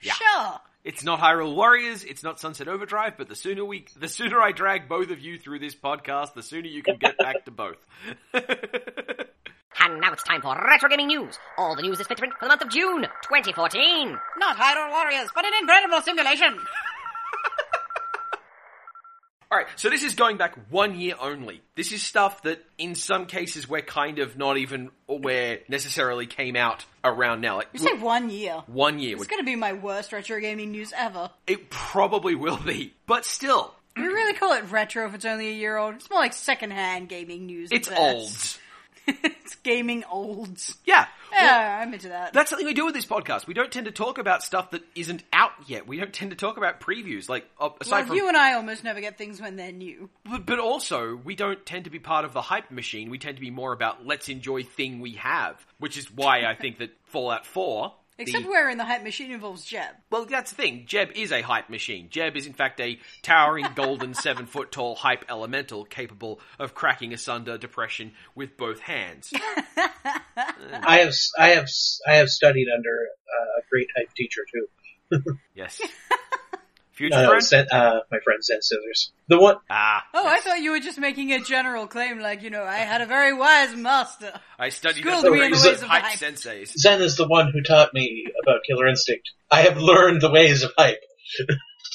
[SPEAKER 1] Yeah.
[SPEAKER 2] Sure.
[SPEAKER 1] It's not Hyrule Warriors, it's not Sunset Overdrive, but the sooner we, the sooner I drag both of you through this podcast, the sooner you can get back to both.
[SPEAKER 5] And now it's time for Retro Gaming News. All the news is fit to print for the month of June 2014.
[SPEAKER 2] Not Hyrule Warriors, but an incredible simulation.
[SPEAKER 1] All right, so this is going back one year only. This is stuff that, in some cases, we're kind of not even aware necessarily came out around now. Like
[SPEAKER 2] You say one year.
[SPEAKER 1] one year,
[SPEAKER 2] It's
[SPEAKER 1] would-
[SPEAKER 2] gonna be my worst retro gaming news ever.
[SPEAKER 1] It probably will be, but still,
[SPEAKER 2] We really call it retro if it's only a year old. It's more like secondhand gaming news.
[SPEAKER 1] it's
[SPEAKER 2] but-
[SPEAKER 1] olds.
[SPEAKER 2] it's gaming olds.
[SPEAKER 1] Yeah. Well,
[SPEAKER 2] Yeah, I'm into that.
[SPEAKER 1] that's something we do with this podcast. We don't tend to talk about stuff that isn't out yet. We don't tend to talk about previews, like uh, aside
[SPEAKER 2] Well,
[SPEAKER 1] from.
[SPEAKER 2] you and I almost never get things when they're new.
[SPEAKER 1] but, but also, we don't tend to be part of the hype machine. We tend to be more about let's enjoy thing we have, which is why I think that Fallout Four. the-
[SPEAKER 2] Except where in the hype machine involves Jeb.
[SPEAKER 1] Well, that's the thing. Jeb is a hype machine. Jeb is, in fact, a towering, golden, seven foot tall hype elemental capable of cracking asunder depression with both hands.
[SPEAKER 3] I have, s- I have, s- I have studied under uh, a great type teacher too.
[SPEAKER 1] Yes. Future
[SPEAKER 3] No, no,
[SPEAKER 1] friend?
[SPEAKER 3] Sen- uh, my friend Zen Scissors. The one,
[SPEAKER 1] Ah.
[SPEAKER 2] Oh, I thought you were just making a general claim, like, you know, I had a very wise master.
[SPEAKER 1] I studied
[SPEAKER 2] Schooled
[SPEAKER 1] under
[SPEAKER 3] me in the
[SPEAKER 1] rays
[SPEAKER 3] ways
[SPEAKER 1] of
[SPEAKER 2] of
[SPEAKER 1] hype
[SPEAKER 2] hype.
[SPEAKER 1] senseis.
[SPEAKER 3] Zen is the one who taught me about Killer Instinct. I have learned the ways of hype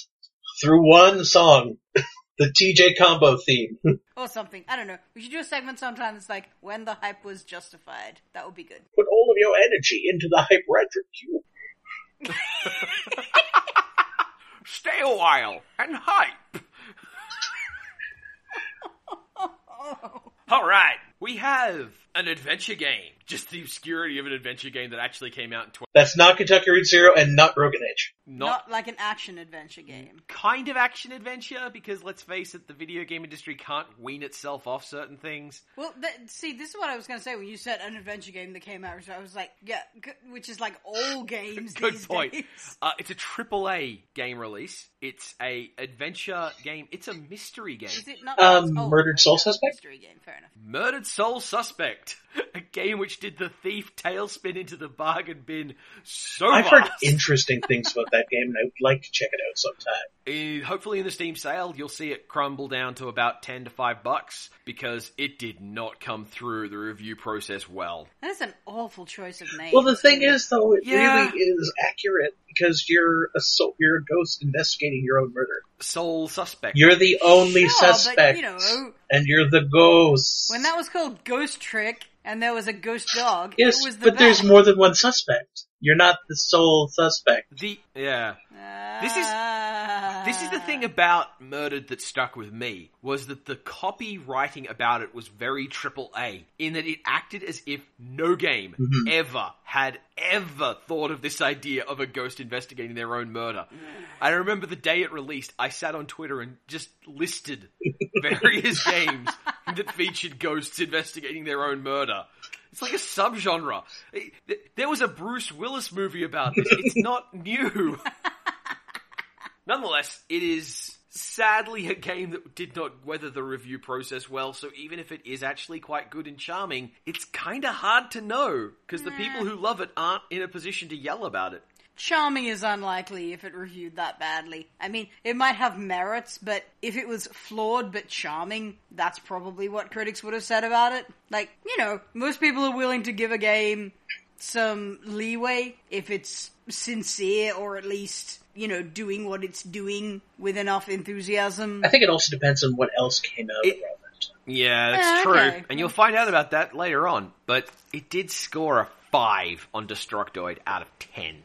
[SPEAKER 3] through one song, the TJ combo theme.
[SPEAKER 2] Or something. I don't know. We should do a segment sometime that's like, when the hype was justified. That would be good.
[SPEAKER 3] Put all of your energy into the hype rhetoric. You
[SPEAKER 1] Stay a while and hype. All right, we have an adventure game. Just the obscurity of an adventure game that actually came out in 20.
[SPEAKER 3] That's not Kentucky Route Zero and not Broken Edge.
[SPEAKER 2] Not,
[SPEAKER 1] Not Mm.
[SPEAKER 2] like an action adventure game.
[SPEAKER 1] kind of action adventure, because let's face it, the video game industry can't wean itself off certain things.
[SPEAKER 2] Well, th- see, this is what I was going to say when you said an adventure game that came out. So I was like, yeah, g- which is like all games
[SPEAKER 1] Good
[SPEAKER 2] these
[SPEAKER 1] point.
[SPEAKER 2] days.
[SPEAKER 1] Uh, it's a triple A game release. It's a adventure game. It's a mystery game.
[SPEAKER 2] Is it not?
[SPEAKER 3] Um,
[SPEAKER 2] oh,
[SPEAKER 3] Murdered Soul Suspect?
[SPEAKER 2] Mystery game, fair enough.
[SPEAKER 1] Murdered Soul Suspect. correct. A game which did the thief tailspin into the bargain bin so
[SPEAKER 3] I've
[SPEAKER 1] much.
[SPEAKER 3] heard interesting things about that game, and I would like to check it out sometime.
[SPEAKER 1] Uh, hopefully in the Steam sale, you'll see it crumble down to about 10 to 5 bucks because it did not come through the review process well.
[SPEAKER 2] That is an awful choice of name.
[SPEAKER 3] Well, the thing is, though, it
[SPEAKER 1] Yeah.
[SPEAKER 3] really is accurate because you're a so- you're a ghost investigating your own murder.
[SPEAKER 1] Sole suspect.
[SPEAKER 3] You're the only
[SPEAKER 2] Sure, but, you
[SPEAKER 3] suspect,
[SPEAKER 2] know-
[SPEAKER 3] and you're the ghost.
[SPEAKER 2] when that was called Ghost Trick and there was a ghost dog,
[SPEAKER 3] yes,
[SPEAKER 2] it was the
[SPEAKER 3] but there's
[SPEAKER 2] best.
[SPEAKER 3] more than one suspect. You're not the sole suspect.
[SPEAKER 1] the yeah. This is-
[SPEAKER 2] Ah.
[SPEAKER 1] This is the thing about Murdered that stuck with me was that the copywriting about it was very triple A in that it acted as if no game ever had ever thought of this idea of a ghost investigating their own murder. I remember the day it released, I sat on Twitter and just listed various games that featured ghosts investigating their own murder. It's like a subgenre. It- th- There was a Bruce Willis movie about this. It's not new. Nonetheless, it is sadly a game that did not weather the review process well, so even if it is actually quite good and charming, it's kinda hard to know, because the people who love it aren't in a position to yell about it.
[SPEAKER 2] Charming is unlikely if it reviewed that badly. I mean, it might have merits, but if it was flawed but charming, that's probably what critics would have said about it. Like, you know, most people are willing to give a game some leeway if it's sincere or at least, you know, doing what it's doing with enough enthusiasm.
[SPEAKER 3] I think it also depends on what else came out
[SPEAKER 1] It-
[SPEAKER 3] around that time.
[SPEAKER 1] Yeah, that's
[SPEAKER 2] Yeah, okay.
[SPEAKER 1] true. And you'll find out about that later on. But it did score a 5 on Destructoid out of 10.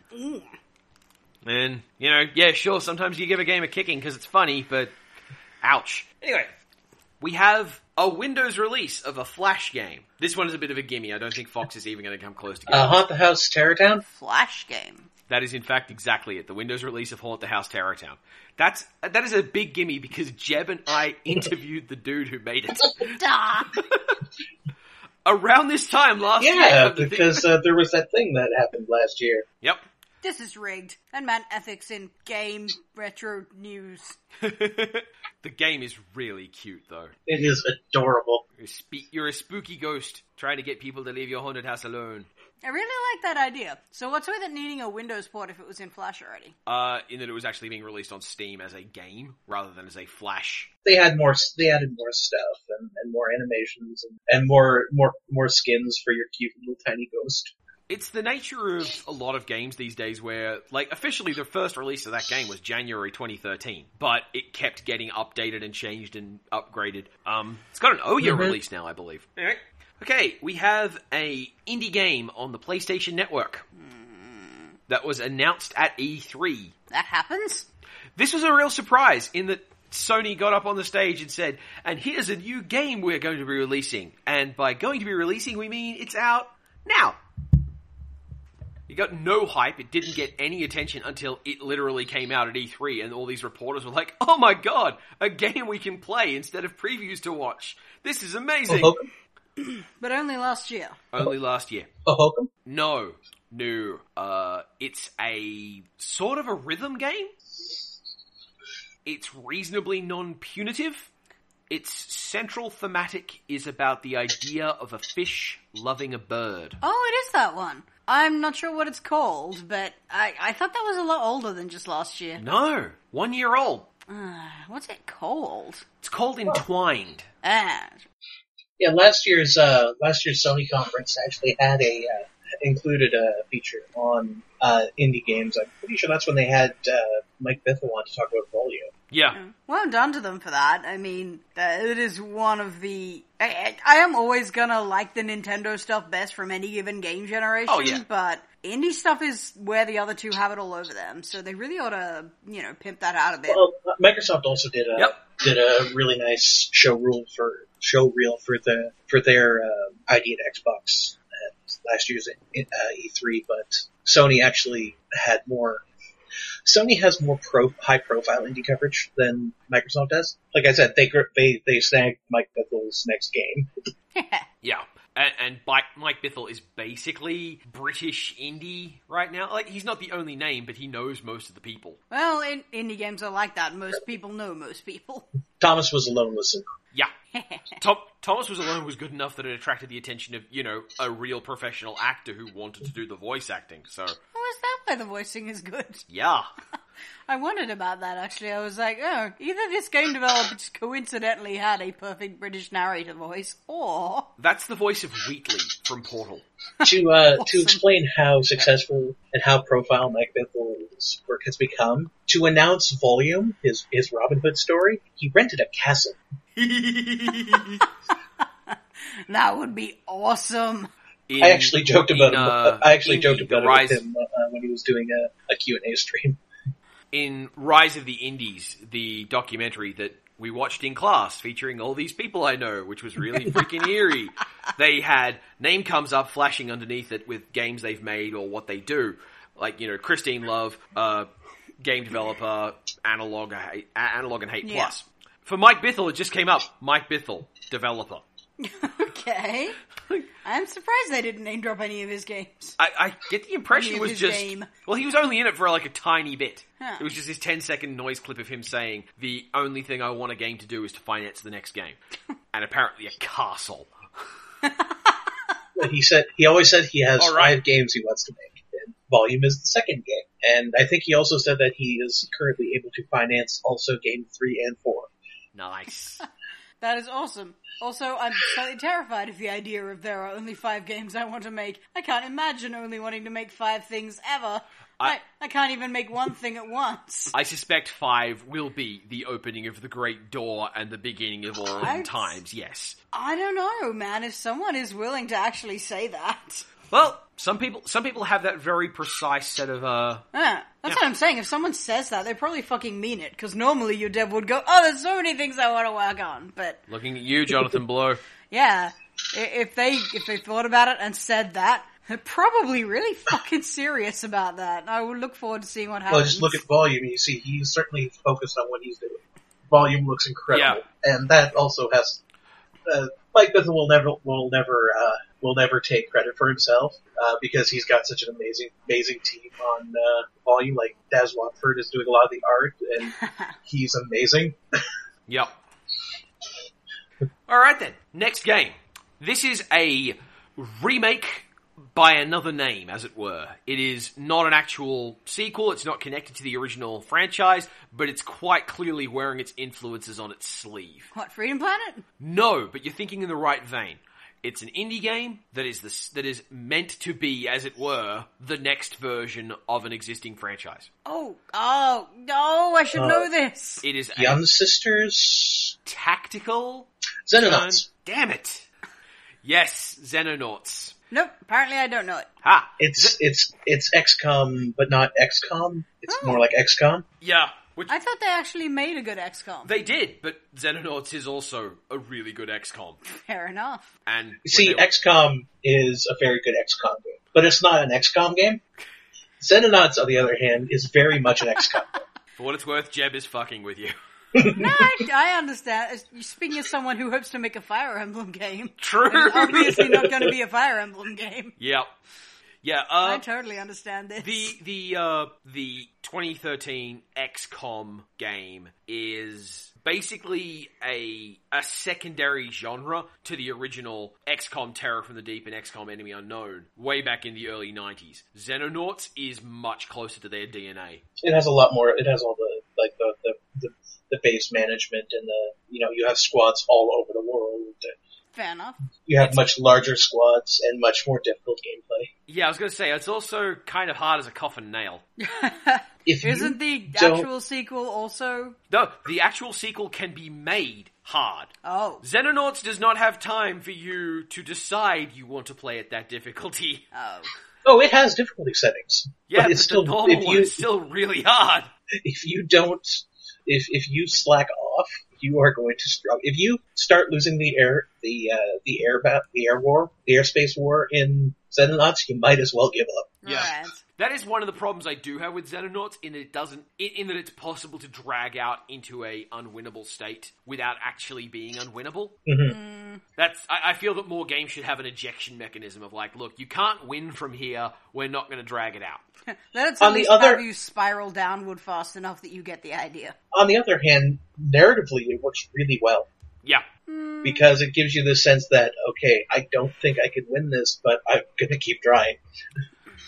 [SPEAKER 1] And, you know, yeah, sure, sometimes you give a game a kicking because it's funny, but ouch. Anyway, we have a Windows release of a Flash game. This one is a bit of a gimme. I don't think Fox is even going to come close to
[SPEAKER 3] Uh,
[SPEAKER 1] it.
[SPEAKER 3] Haunt the House Terror Town?
[SPEAKER 2] Flash game.
[SPEAKER 1] That is, in fact, exactly it. The Windows release of Haunt the House Terror Town. That's, that is a big gimme because Jeb and I interviewed the dude who made it.
[SPEAKER 2] Duh.
[SPEAKER 1] around this time last year.
[SPEAKER 3] Yeah,
[SPEAKER 1] of the thing-
[SPEAKER 3] because uh, there was that thing that happened last year.
[SPEAKER 1] yep.
[SPEAKER 2] This is rigged. And man, ethics in game retro news.
[SPEAKER 1] the game is really cute though.
[SPEAKER 3] It is adorable.
[SPEAKER 1] You're, spe- you're a spooky ghost trying to get people to leave your haunted house alone.
[SPEAKER 2] I really like that idea. So what's with it needing a Windows port if it was in Flash already?
[SPEAKER 1] Uh, in that it was actually being released on Steam as a game rather than as a flash.
[SPEAKER 3] They had more. They added more stuff and, and more animations and, and more more more skins for your cute little tiny ghost.
[SPEAKER 1] It's the nature of a lot of games these days where, like, officially the first release of that game was January 2013, but it kept getting updated and changed and upgraded. Um, it's got an OYA release now, I believe. Alright. Okay, we have a indie game on the PlayStation Network that was announced at E E3
[SPEAKER 2] That happens?
[SPEAKER 1] this was a real surprise in that Sony got up on the stage and said, and here's a new game we're going to be releasing. And by going to be releasing, we mean it's out now. It got no hype. It didn't get any attention until it literally came out at E3, and all these reporters were like, "Oh my god, a game we can play instead of previews to watch! This is amazing!"
[SPEAKER 3] Hokum,
[SPEAKER 2] But only last year.
[SPEAKER 1] Only last year.
[SPEAKER 3] Hokum.
[SPEAKER 1] No, no. Uh, it's a sort of a rhythm game. It's reasonably non-punitive. Its central thematic is about the idea of a fish loving a bird.
[SPEAKER 2] Oh, it is that one. I'm not sure what it's called, but I, I thought that was a lot older than just last year.
[SPEAKER 1] No, one year old.
[SPEAKER 2] What's it called?
[SPEAKER 1] It's called Entwined.
[SPEAKER 2] Ah,
[SPEAKER 3] Yeah, last year's uh, last year's Sony conference actually had a uh, included a feature on uh, indie games. I'm pretty sure that's when they had uh, Mike Bithell on to talk about Volio.
[SPEAKER 1] Yeah,
[SPEAKER 2] well done to them for that. I mean, uh, it is one of the. I, I, I am always gonna like the Nintendo stuff best from any given game generation,
[SPEAKER 1] Oh, yeah.
[SPEAKER 2] but indie stuff is where the other two have it all over them, so they really ought to, you know, pimp that out a bit.
[SPEAKER 3] Well, Microsoft also did a
[SPEAKER 1] Yep.
[SPEAKER 3] did a really nice show rule for show reel for the for their um idea to Xbox at last year's uh, E3, but Sony actually had more. Sony has more pro, high profile indie coverage than Microsoft does. Like I said, they gr- they they snagged Mike Bethel's next game.
[SPEAKER 1] yeah. And, and Bi- Mike Bithell is basically British indie right now. Like he's not the only name, but he knows most of the people.
[SPEAKER 2] Well, in, indie games are like that. Most people know most people.
[SPEAKER 3] Thomas was alone. Listen,
[SPEAKER 1] Yeah, Tom, Thomas Was Alone was good enough that it attracted the attention of, you know, a real professional actor who wanted to do the voice acting. So,
[SPEAKER 2] Oh, is that why the voicing is good?
[SPEAKER 1] yeah.
[SPEAKER 2] I wondered about that actually. I was like, oh, either this game developer just coincidentally had a perfect British narrator voice, or
[SPEAKER 1] That's the voice of Wheatley from Portal.
[SPEAKER 3] to uh, to
[SPEAKER 2] Awesome.
[SPEAKER 3] explain how successful and how profile Mike Biffle's work has become, to announce Volume, his his Robin Hood story, he rented a castle.
[SPEAKER 2] that would be awesome.
[SPEAKER 1] In-
[SPEAKER 3] I actually joked about
[SPEAKER 1] in,
[SPEAKER 3] him.
[SPEAKER 1] uh,
[SPEAKER 3] I actually
[SPEAKER 1] in
[SPEAKER 3] joked
[SPEAKER 1] the
[SPEAKER 3] about
[SPEAKER 1] Rise-
[SPEAKER 3] it with him uh, when he was doing a, a Q and A stream.
[SPEAKER 1] in Rise of the Indies, the documentary that we watched in class featuring all these people I know, which was really freaking eerie. They had name comes up flashing underneath it with games they've made or what they do. Like, you know, Christine Love, uh, game developer, analog, I- analog and hate
[SPEAKER 2] Yeah.
[SPEAKER 1] plus. For Mike Bithell, it just came up. Mike Bithell, developer.
[SPEAKER 2] Okay, I'm surprised they didn't name drop any of his games.
[SPEAKER 1] I, I get the impression
[SPEAKER 2] Only
[SPEAKER 1] it
[SPEAKER 2] of
[SPEAKER 1] was
[SPEAKER 2] his
[SPEAKER 1] just
[SPEAKER 2] game.
[SPEAKER 1] well, he was only in it for like a tiny bit.
[SPEAKER 2] Huh.
[SPEAKER 1] It was just this 10 second noise clip of him saying, "The only thing I want a game to do is to finance the next game," and apparently a castle.
[SPEAKER 3] But he said he always said he has
[SPEAKER 1] All right.
[SPEAKER 3] five games he wants to make, and Volume is the second game. And I think he also said that he is currently able to finance also game three and four.
[SPEAKER 1] Nice.
[SPEAKER 2] That is awesome. Also, I'm slightly terrified of the idea of there are only five games I want to make. I can't imagine only wanting to make five things ever. I, I, can't even make one thing at once.
[SPEAKER 1] I suspect five will be the opening of the great door and the beginning of all
[SPEAKER 2] Five?
[SPEAKER 1] times. Yes.
[SPEAKER 2] I don't know, man, if someone is willing to actually say that.
[SPEAKER 1] Well, some people some people have that very precise set of uh.
[SPEAKER 2] Yeah, that's what I'm saying. If someone says that, they probably fucking mean it. Because normally your dev would go, "Oh, there's so many things I want to work on." But
[SPEAKER 1] Looking at you, Jonathan Blow.
[SPEAKER 2] yeah, i- if they if they thought about it and said that, they're probably really fucking serious about that. I will look forward to seeing what happens.
[SPEAKER 3] Well, just look at Volume, and you see he's certainly focused on what he's doing. Volume looks incredible, and that also has uh, Mike Bethel will never will never uh, will never take credit for himself uh, because he's got such an amazing amazing team on uh, Volume. Like Daz Watford is doing a lot of the art, and he's amazing.
[SPEAKER 1] Yep. All right then. Next game. This is a remake by another name, as it were. It is not an actual sequel. It's not connected to the original franchise, but it's quite clearly wearing its influences on its sleeve.
[SPEAKER 2] what Freedom Planet?
[SPEAKER 1] No, but you're thinking in the right vein. It's an indie game that is this that is meant to be, as it were, the next version of an existing franchise.
[SPEAKER 2] Oh, oh no! I should
[SPEAKER 3] Uh,
[SPEAKER 2] know this.
[SPEAKER 1] It is a
[SPEAKER 3] Young Sisters,
[SPEAKER 1] tactical
[SPEAKER 3] Xenonauts.
[SPEAKER 1] Um, damn it. Yes, Xenonauts.
[SPEAKER 2] Nope. Apparently, I don't know it.
[SPEAKER 1] Ha.
[SPEAKER 3] It's it's it's XCOM, but not XCOM. It's more like XCOM.
[SPEAKER 1] Yeah. Which
[SPEAKER 2] I thought they actually made a good XCOM.
[SPEAKER 1] they did, but Xenonauts is also a really good XCOM.
[SPEAKER 2] Fair enough.
[SPEAKER 1] And when
[SPEAKER 3] You see,
[SPEAKER 1] they were-
[SPEAKER 3] XCOM is a very good XCOM game, but it's not an XCOM game. Xenonauts, on the other hand, is very much an XCOM game.
[SPEAKER 1] for what it's worth, Jeb is fucking with you.
[SPEAKER 2] No, I, I understand. As- You're speaking as someone who hopes to make a Fire Emblem game.
[SPEAKER 1] True.
[SPEAKER 2] It's obviously not going to be a Fire Emblem game.
[SPEAKER 1] yep. Yeah.
[SPEAKER 2] I
[SPEAKER 1] Uh,
[SPEAKER 2] totally understand this.
[SPEAKER 1] the the uh, the 2013 XCOM game is basically a a secondary genre to the original XCOM Terror from the Deep and XCOM Enemy Unknown way back in the early 90s. Xenonauts is much closer to their DNA.
[SPEAKER 3] It has a lot more. It has all the like the the, the, the base management and the you know you have squads all over the world.
[SPEAKER 2] Fair enough.
[SPEAKER 3] You have much larger squads and much more difficult gameplay.
[SPEAKER 1] Yeah, I was going to say it's also kind of hard as a coffin nail.
[SPEAKER 3] If you-
[SPEAKER 2] Isn't the
[SPEAKER 3] don't-
[SPEAKER 2] actual sequel also?
[SPEAKER 1] No, the actual sequel can be made hard.
[SPEAKER 2] Oh,
[SPEAKER 1] Xenonauts does not have time for you to decide you want to play at that difficulty.
[SPEAKER 2] oh,
[SPEAKER 3] oh, it has difficulty settings,
[SPEAKER 1] Yeah,
[SPEAKER 3] but it's still
[SPEAKER 1] the normal
[SPEAKER 3] if
[SPEAKER 1] one
[SPEAKER 3] you
[SPEAKER 1] is still really hard.
[SPEAKER 3] if you don't if if you slack off, you are going to struggle. If you start losing the air the uh, the air ba- the air war the airspace war in Xenonauts, you might as well give up.
[SPEAKER 1] Yeah.
[SPEAKER 2] right.
[SPEAKER 1] That is one of the problems I do have with Xenonauts in that it doesn't in, in that it's possible to drag out into a unwinnable state without actually being unwinnable.
[SPEAKER 3] Mm-hmm.
[SPEAKER 1] That's I, I feel that more games should have an ejection mechanism of like, look, you can't win from here. We're not going to drag it out.
[SPEAKER 2] Let it
[SPEAKER 3] On
[SPEAKER 2] at
[SPEAKER 3] the
[SPEAKER 2] least
[SPEAKER 3] other-
[SPEAKER 2] have you spiral downward fast enough that you get the idea.
[SPEAKER 3] On the other hand, narratively, it works really well.
[SPEAKER 1] Yeah.
[SPEAKER 3] because it gives you the sense that okay, I don't think I can win this, but I'm gonna keep trying.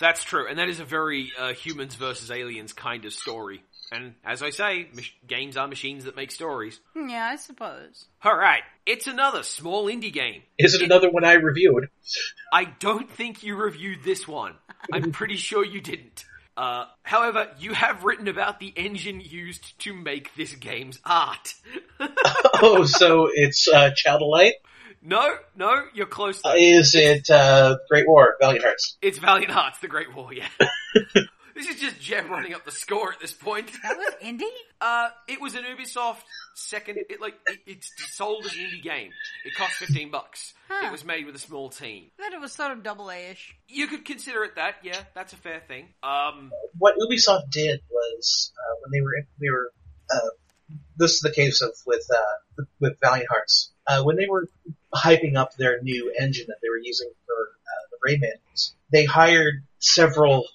[SPEAKER 1] That's true, and that is a very uh, humans versus aliens kind of story. And as I say, mach- games are machines that make stories.
[SPEAKER 2] Yeah, I suppose.
[SPEAKER 1] All right, it's another small indie game.
[SPEAKER 3] Is it another one I reviewed?
[SPEAKER 1] I don't think you reviewed this one. I'm pretty sure you didn't. Uh, however, you have written about the engine used to make this game's art.
[SPEAKER 3] Oh, so it's uh, Child of Light.
[SPEAKER 1] no, no, you're close though.
[SPEAKER 3] Is it uh, Great War? Valiant Hearts.
[SPEAKER 1] It's Valiant Hearts, the Great War, yeah. this is just Jeb running up the score at this point.
[SPEAKER 2] That was indie?
[SPEAKER 1] Uh, it was an Ubisoft second. It like it, it's sold as an indie game. It cost fifteen bucks.
[SPEAKER 2] Huh.
[SPEAKER 1] It was made with a small team.
[SPEAKER 2] I thought it was sort of double A-ish.
[SPEAKER 1] You could consider it that. Yeah, that's a fair thing. Um,
[SPEAKER 3] What Ubisoft did was uh, when they were they were uh, this is the case of with uh, with Valiant Hearts uh, when they were hyping up their new engine that they were using for uh, the Raymans. They hired several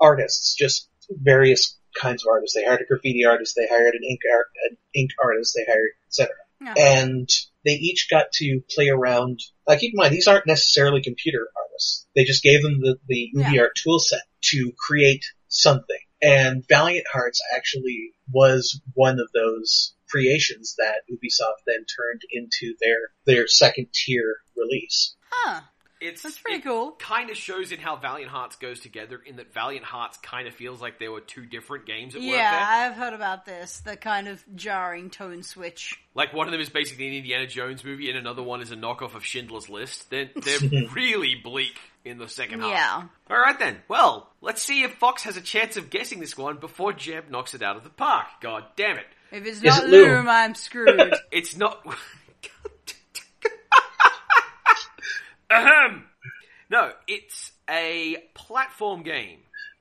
[SPEAKER 3] artists, just various kinds of artists. They hired a graffiti artist, they hired an ink art, an ink artist, they hired etc.
[SPEAKER 2] Yeah.
[SPEAKER 3] And they each got to play around. Like keep in mind, these aren't necessarily computer artists. They just gave them the the
[SPEAKER 2] Yeah.
[SPEAKER 3] UbiArt tool set to create something. And Valiant Hearts actually was one of those creations that Ubisoft then turned into their their second tier release.
[SPEAKER 2] Huh.
[SPEAKER 1] it's
[SPEAKER 2] That's pretty
[SPEAKER 1] it
[SPEAKER 2] cool.
[SPEAKER 1] Kind of shows in how Valiant Hearts goes together. In that Valiant Hearts kind of feels like there were two different games at work
[SPEAKER 2] Yeah,
[SPEAKER 1] there.
[SPEAKER 2] I've heard about this. The kind of jarring tone switch.
[SPEAKER 1] Like one of them is basically an Indiana Jones movie, and another one is a knockoff of Schindler's List. They're they're really bleak in the second half.
[SPEAKER 2] Yeah.
[SPEAKER 1] All right then. Well, let's see if Fox has a chance of guessing this one before Jeb knocks it out of the park. God damn it!
[SPEAKER 2] If it's
[SPEAKER 3] Is
[SPEAKER 2] not
[SPEAKER 3] it
[SPEAKER 2] Loom,
[SPEAKER 3] Loom?
[SPEAKER 2] I'm screwed.
[SPEAKER 1] It's not. Ahem. No, it's a platform game.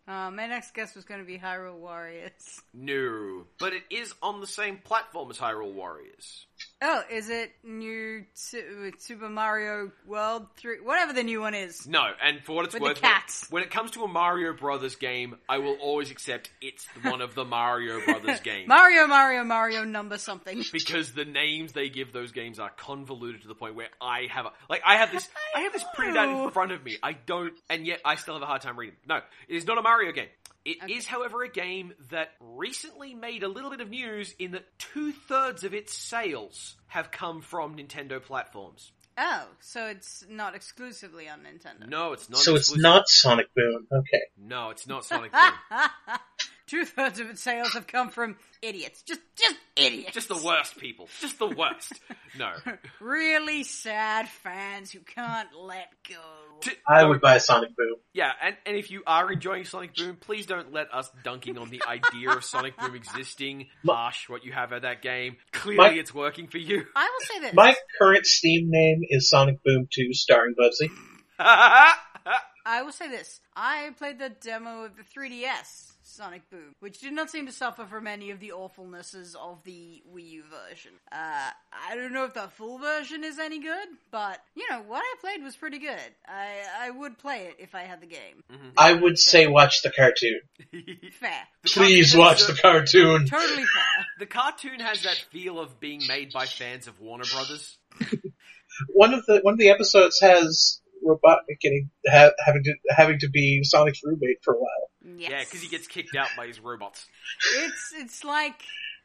[SPEAKER 2] uh, my next guess was going to be Hyrule Warriors.
[SPEAKER 1] No, but it is on the same platform as Hyrule Warriors.
[SPEAKER 2] Oh, is it New Su- Super Mario World 3? Whatever the new one is.
[SPEAKER 1] No, and for what it's
[SPEAKER 2] With the
[SPEAKER 1] worth,
[SPEAKER 2] cats.
[SPEAKER 1] when it comes to a Mario Brothers game, I will always accept it's one of the Mario Brothers games.
[SPEAKER 2] Mario, Mario, Mario number something.
[SPEAKER 1] because the names they give those games are convoluted to the point where I have a, like I have this I, have this printed out
[SPEAKER 2] know.
[SPEAKER 1] in front of me. I don't, and yet I still have a hard time reading. No, it is not a Mario game. It is, however, a game that recently made a little bit of news in that two thirds of its sales have come from Nintendo platforms.
[SPEAKER 2] Oh, so it's not exclusively on Nintendo.
[SPEAKER 1] No, it's not.
[SPEAKER 3] so it's
[SPEAKER 1] exclusive.
[SPEAKER 3] not Sonic Boom. Okay.
[SPEAKER 1] No, it's not Sonic Boom.
[SPEAKER 2] Two thirds of its sales have come from idiots. Just, just idiots.
[SPEAKER 1] Just the worst people. Just the worst. No.
[SPEAKER 2] really sad fans who can't let go.
[SPEAKER 1] T-
[SPEAKER 3] I would buy Sonic Boom.
[SPEAKER 1] Yeah, and, and if you are enjoying Sonic Boom, please don't let us dunking on the idea of Sonic Boom existing. Harsh, what you have at that game. Clearly,
[SPEAKER 3] My-
[SPEAKER 1] it's working for you.
[SPEAKER 2] I will say this.
[SPEAKER 3] My current Steam name is Sonic Boom 2 starring Bubsy.
[SPEAKER 1] Mm-hmm.
[SPEAKER 2] I will say this. I played the demo of the 3DS Sonic Boom, which did not seem to suffer from any of the awfulnesses of the Wii U version. Uh, I don't know if the full version is any good, but you know what I played was pretty good. I I would play it if I had the game.
[SPEAKER 3] I would say watch the cartoon.
[SPEAKER 2] Fair,
[SPEAKER 3] Please watch the cartoon.
[SPEAKER 2] totally fair.
[SPEAKER 1] the cartoon has that feel of being made by fans of Warner Brothers.
[SPEAKER 3] One of the one of the episodes has Robotnik getting ha- having to having to be Sonic's roommate for a while.
[SPEAKER 2] Yes.
[SPEAKER 1] Yeah, because he gets kicked out by his robots.
[SPEAKER 2] it's it's like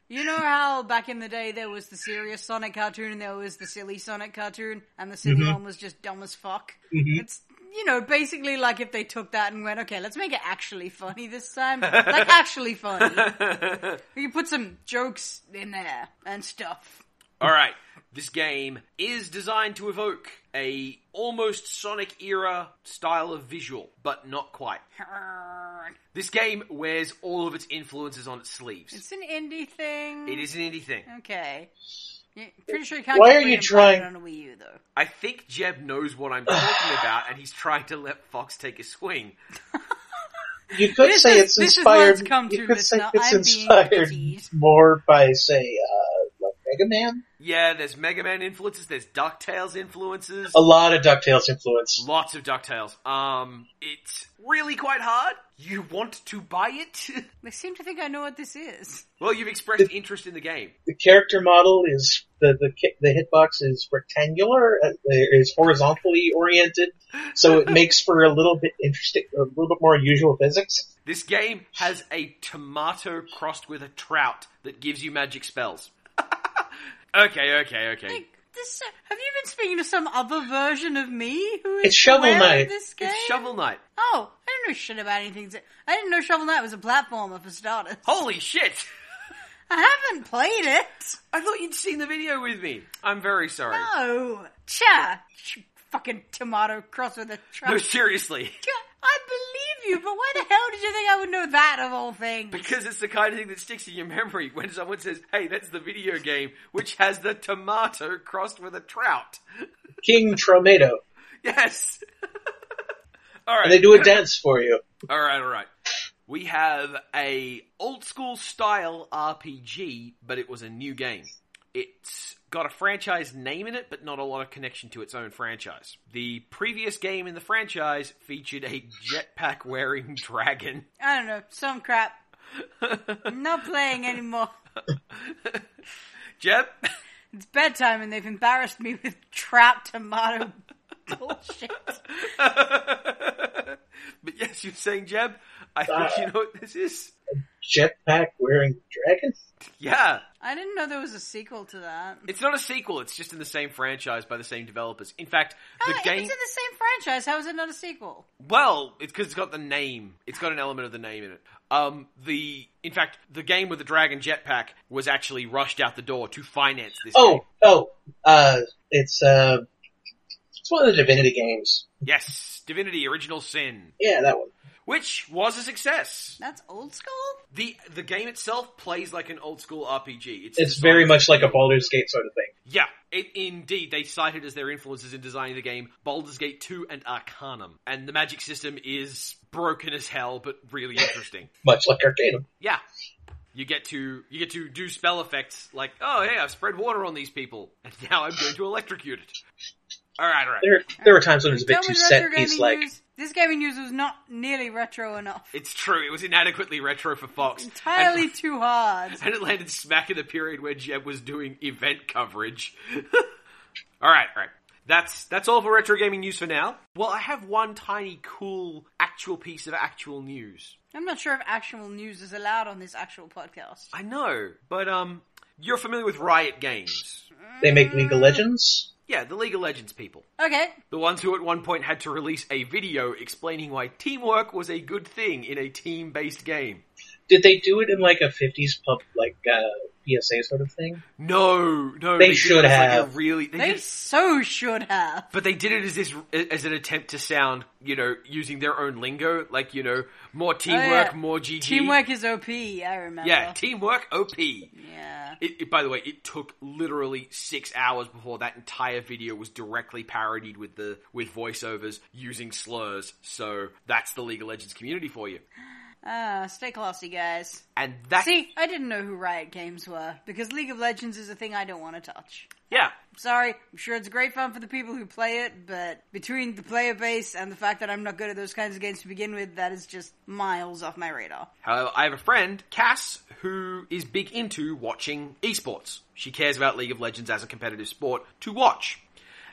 [SPEAKER 2] you know how back in the day there was the serious Sonic cartoon and there was the silly Sonic cartoon, and the silly
[SPEAKER 3] Mm-hmm.
[SPEAKER 2] one was just dumb as fuck. It's you know basically like if they took that and went, okay, let's make it actually funny this time, like actually funny. we can put some jokes in there and stuff.
[SPEAKER 1] All right, this game is designed to evoke a almost Sonic era style of visual, but not quite. This game wears all of its influences on its sleeves.
[SPEAKER 2] It's an indie thing.
[SPEAKER 1] It is an indie thing.
[SPEAKER 2] okay. Yeah, Pretty sure you can't.
[SPEAKER 3] Why
[SPEAKER 2] get
[SPEAKER 3] are
[SPEAKER 2] free
[SPEAKER 3] you
[SPEAKER 2] and play it
[SPEAKER 3] trying-
[SPEAKER 2] on a Wii U though?
[SPEAKER 1] I think Jeb knows what I'm talking about, and he's trying to let Fox take a swing.
[SPEAKER 3] You could
[SPEAKER 2] This
[SPEAKER 3] say
[SPEAKER 2] is-
[SPEAKER 3] it's
[SPEAKER 2] this is where
[SPEAKER 3] inspired.
[SPEAKER 2] it's come
[SPEAKER 3] you
[SPEAKER 2] to,
[SPEAKER 3] could say
[SPEAKER 2] listener.
[SPEAKER 3] it's
[SPEAKER 2] I'm being
[SPEAKER 3] inspired
[SPEAKER 2] teased.
[SPEAKER 3] more by say uh, like Mega Man.
[SPEAKER 1] Yeah, there's Mega Man influences, there's DuckTales influences.
[SPEAKER 3] A lot of DuckTales influence.
[SPEAKER 1] Lots of DuckTales. Um, it's really quite hard. You want to buy it?
[SPEAKER 2] They seem to think I know what this is.
[SPEAKER 1] well, you've expressed interest in the game.
[SPEAKER 3] The character model is the the ki- the hitbox is rectangular, uh, is horizontally oriented, so it makes for a little bit interesting, a little bit more usual physics.
[SPEAKER 1] This game has a tomato crossed with a trout that gives you magic spells. okay, okay, okay.
[SPEAKER 2] Like, this, uh, have you been speaking to some other version of me? Who is
[SPEAKER 3] It's Shovel
[SPEAKER 2] aware of
[SPEAKER 3] Knight.
[SPEAKER 2] This game?
[SPEAKER 1] It's Shovel Knight.
[SPEAKER 2] Oh, I didn't know shit about anything. I didn't know Shovel Knight was a platformer for starters.
[SPEAKER 1] Holy shit!
[SPEAKER 2] I haven't played it.
[SPEAKER 1] I thought you'd seen the video with me. I'm very sorry.
[SPEAKER 2] Oh, cha! Ch- Fucking tomato cross with a truck.
[SPEAKER 1] No, seriously.
[SPEAKER 2] I believe you, but why the hell did you think I would know that of all things?
[SPEAKER 1] Because it's the kind of thing that sticks in your memory when someone says, hey, that's the video game which has the tomato crossed with a trout.
[SPEAKER 3] King Tromato,
[SPEAKER 1] Yes! alright.
[SPEAKER 3] and they do a dance for you.
[SPEAKER 1] All right, all right. We have a old school style RPG, but it was a new game. It's got a franchise name in it, but not a lot of connection to its own franchise. The previous game in the franchise featured a jetpack wearing dragon.
[SPEAKER 2] I don't know, some crap. I'm not playing anymore.
[SPEAKER 1] Jeb,
[SPEAKER 2] It's bedtime and they've embarrassed me with trap tomato bullshit.
[SPEAKER 1] but yes, you're saying Jeb. I think you know what this is.
[SPEAKER 3] Jetpack wearing dragon.
[SPEAKER 1] Yeah,
[SPEAKER 2] I didn't know there was a sequel to that.
[SPEAKER 1] it's not a sequel. It's just in the same franchise by the same developers. In fact, the
[SPEAKER 2] Ah,
[SPEAKER 1] game
[SPEAKER 2] It's in the same franchise. How is it not a sequel?
[SPEAKER 1] Well, it's because it's got the name. It's got an element of the name in it. Um, the in fact, the game with the dragon jetpack was actually rushed out the door to finance this. game.
[SPEAKER 3] Oh, oh, uh, it's uh, it's one of the Divinity games.
[SPEAKER 1] yes, Divinity: Original Sin,
[SPEAKER 3] Yeah, that one.
[SPEAKER 1] which was a success.
[SPEAKER 2] That's old school?
[SPEAKER 1] the The game itself plays like an old school RPG. It's,
[SPEAKER 3] It's
[SPEAKER 1] designed
[SPEAKER 3] very much
[SPEAKER 1] to
[SPEAKER 3] like a
[SPEAKER 1] be-
[SPEAKER 3] Baldur's Gate sort of thing.
[SPEAKER 1] Yeah, it, indeed, they cited as their influences in designing the game Baldur's Gate 2 and Arcanum, and the magic system is broken as hell, but really interesting.
[SPEAKER 3] much like Arcanum.
[SPEAKER 1] Yeah. You get to you get to do spell effects like, oh hey, I've spread water on these people, and now I'm going to electrocute it. Alright, alright.
[SPEAKER 3] There, there were times when it was a bit
[SPEAKER 2] Tell me
[SPEAKER 3] too
[SPEAKER 2] retro
[SPEAKER 3] set piece
[SPEAKER 2] gaming
[SPEAKER 3] like.
[SPEAKER 2] news- This gaming news was not nearly retro enough.
[SPEAKER 1] It's true, it was inadequately retro for Fox.
[SPEAKER 2] Entirely
[SPEAKER 1] And,
[SPEAKER 2] too hard.
[SPEAKER 1] and it landed smack in the period where Jeb was doing event coverage. alright, alright. That's that's all for retro gaming news for now. Well, I have one tiny cool actual piece of actual news.
[SPEAKER 2] I'm not sure if actual news is allowed on this actual podcast.
[SPEAKER 1] I know, but um you're familiar with Riot Games.
[SPEAKER 3] They make League of Legends.
[SPEAKER 1] Yeah, the League of Legends people.
[SPEAKER 2] Okay.
[SPEAKER 1] The ones who at one point had to release a video explaining why teamwork was a good thing in a team based game.
[SPEAKER 3] Did they do it in like a fifties pub, like uh, PSA sort of thing?
[SPEAKER 1] No, no,
[SPEAKER 3] They
[SPEAKER 1] did it
[SPEAKER 3] should
[SPEAKER 1] as, like, a
[SPEAKER 3] have.
[SPEAKER 1] really. They
[SPEAKER 2] They
[SPEAKER 1] did-
[SPEAKER 2] so should have.
[SPEAKER 1] but they did it as this as an attempt to sound, you know, using their own lingo, like you know, more teamwork,
[SPEAKER 2] Oh, yeah.
[SPEAKER 1] more GG.
[SPEAKER 2] Teamwork is OP, I remember.
[SPEAKER 1] Yeah, teamwork. OP. It,
[SPEAKER 2] yeah.
[SPEAKER 1] it, by the way, it took literally six hours before that entire video was directly parodied with the with voiceovers using slurs. So that's the League of Legends community for you,
[SPEAKER 2] Ah, stay classy, guys.
[SPEAKER 1] and that
[SPEAKER 2] See, I didn't know who Riot Games were because League of Legends is a thing I don't want to touch.
[SPEAKER 1] yeah,
[SPEAKER 2] Sorry, I'm sure it's great fun for the people who play it, but between the player base and the fact that I'm not good at those kinds of games to begin with, that is just miles off my radar.
[SPEAKER 1] However, I have a friend, Cass, who is big into watching esports. She cares about League of Legends as a competitive sport to watch.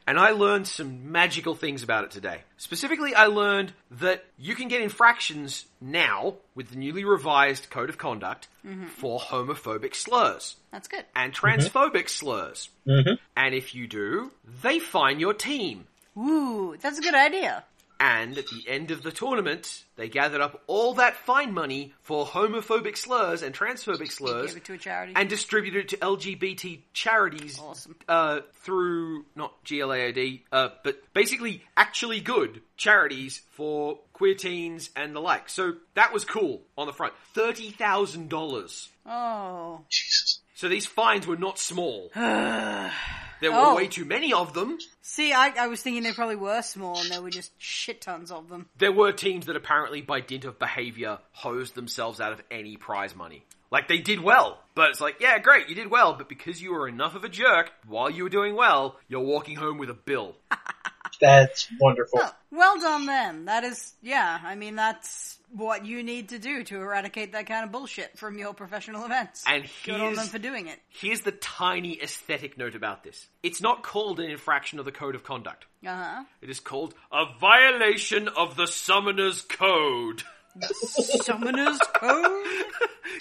[SPEAKER 1] And I learned some magical things about it today. Specifically, I learned that you can get infractions now with the newly revised code of conduct for homophobic slurs
[SPEAKER 2] That's good.
[SPEAKER 1] and transphobic slurs. Mm-hmm. And if you do, they fine your team.
[SPEAKER 2] Ooh, that's a good idea.
[SPEAKER 1] And at the end of the tournament, they gathered up all that fine money for homophobic slurs and transphobic slurs
[SPEAKER 2] Give it to a charity.
[SPEAKER 1] and distributed it to LGBT charities
[SPEAKER 2] Awesome.
[SPEAKER 1] uh, through, not GLAAD, uh, but basically actually good charities for queer teens and the like. So that was cool on the front. $30,000.
[SPEAKER 2] oh,
[SPEAKER 3] Jesus,
[SPEAKER 1] So these fines were not small. there were
[SPEAKER 2] Oh.
[SPEAKER 1] way too many of them.
[SPEAKER 2] see, I, I was thinking they probably were small and there were just shit tons of them.
[SPEAKER 1] There were teams that apparently, by dint of behaviour, hosed themselves out of any prize money. Like they did well, but it's like, yeah, great, you did well, but because you were enough of a jerk while you were doing well, you're walking home with a bill.
[SPEAKER 3] That's wonderful.
[SPEAKER 2] Oh, well done then. That is, yeah, I mean, that's what you need to do to eradicate that kind of bullshit from your professional events.
[SPEAKER 1] And
[SPEAKER 2] Good on
[SPEAKER 1] here's-
[SPEAKER 2] them for doing it.
[SPEAKER 1] Here's the tiny aesthetic note about this. It's not called an infraction of the code of conduct.
[SPEAKER 2] Uh-huh.
[SPEAKER 1] It is called a violation of the summoner's code.
[SPEAKER 2] Summoner's code.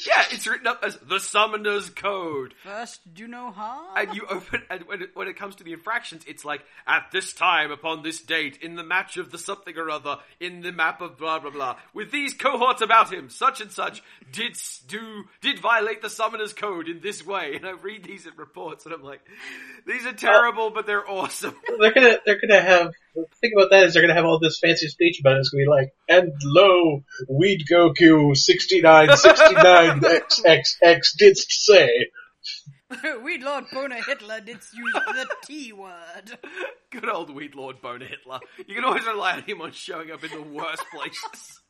[SPEAKER 1] yeah, it's written up as the summoner's code.
[SPEAKER 2] First, do no harm.
[SPEAKER 1] And you open, and when it, when it comes to the infractions, it's like, at this time, upon this date, in the match of the something or other, in the map of blah blah blah, with these cohorts about him, such and such, did s- do, did violate the summoner's code in this way. And I read these in reports, and I'm like, these are terrible, but they're awesome.
[SPEAKER 3] They're gonna, they're gonna have. The thing about that is they're gonna have all this fancy speech about it. It's gonna be like, and lo, we'd go Q sixty nine sixty nine x x x didst say.
[SPEAKER 2] Weed Lord Boner Hitler did use the T word.
[SPEAKER 1] Good old weed lord Boner Hitler. You can always rely on him on showing up in the worst places.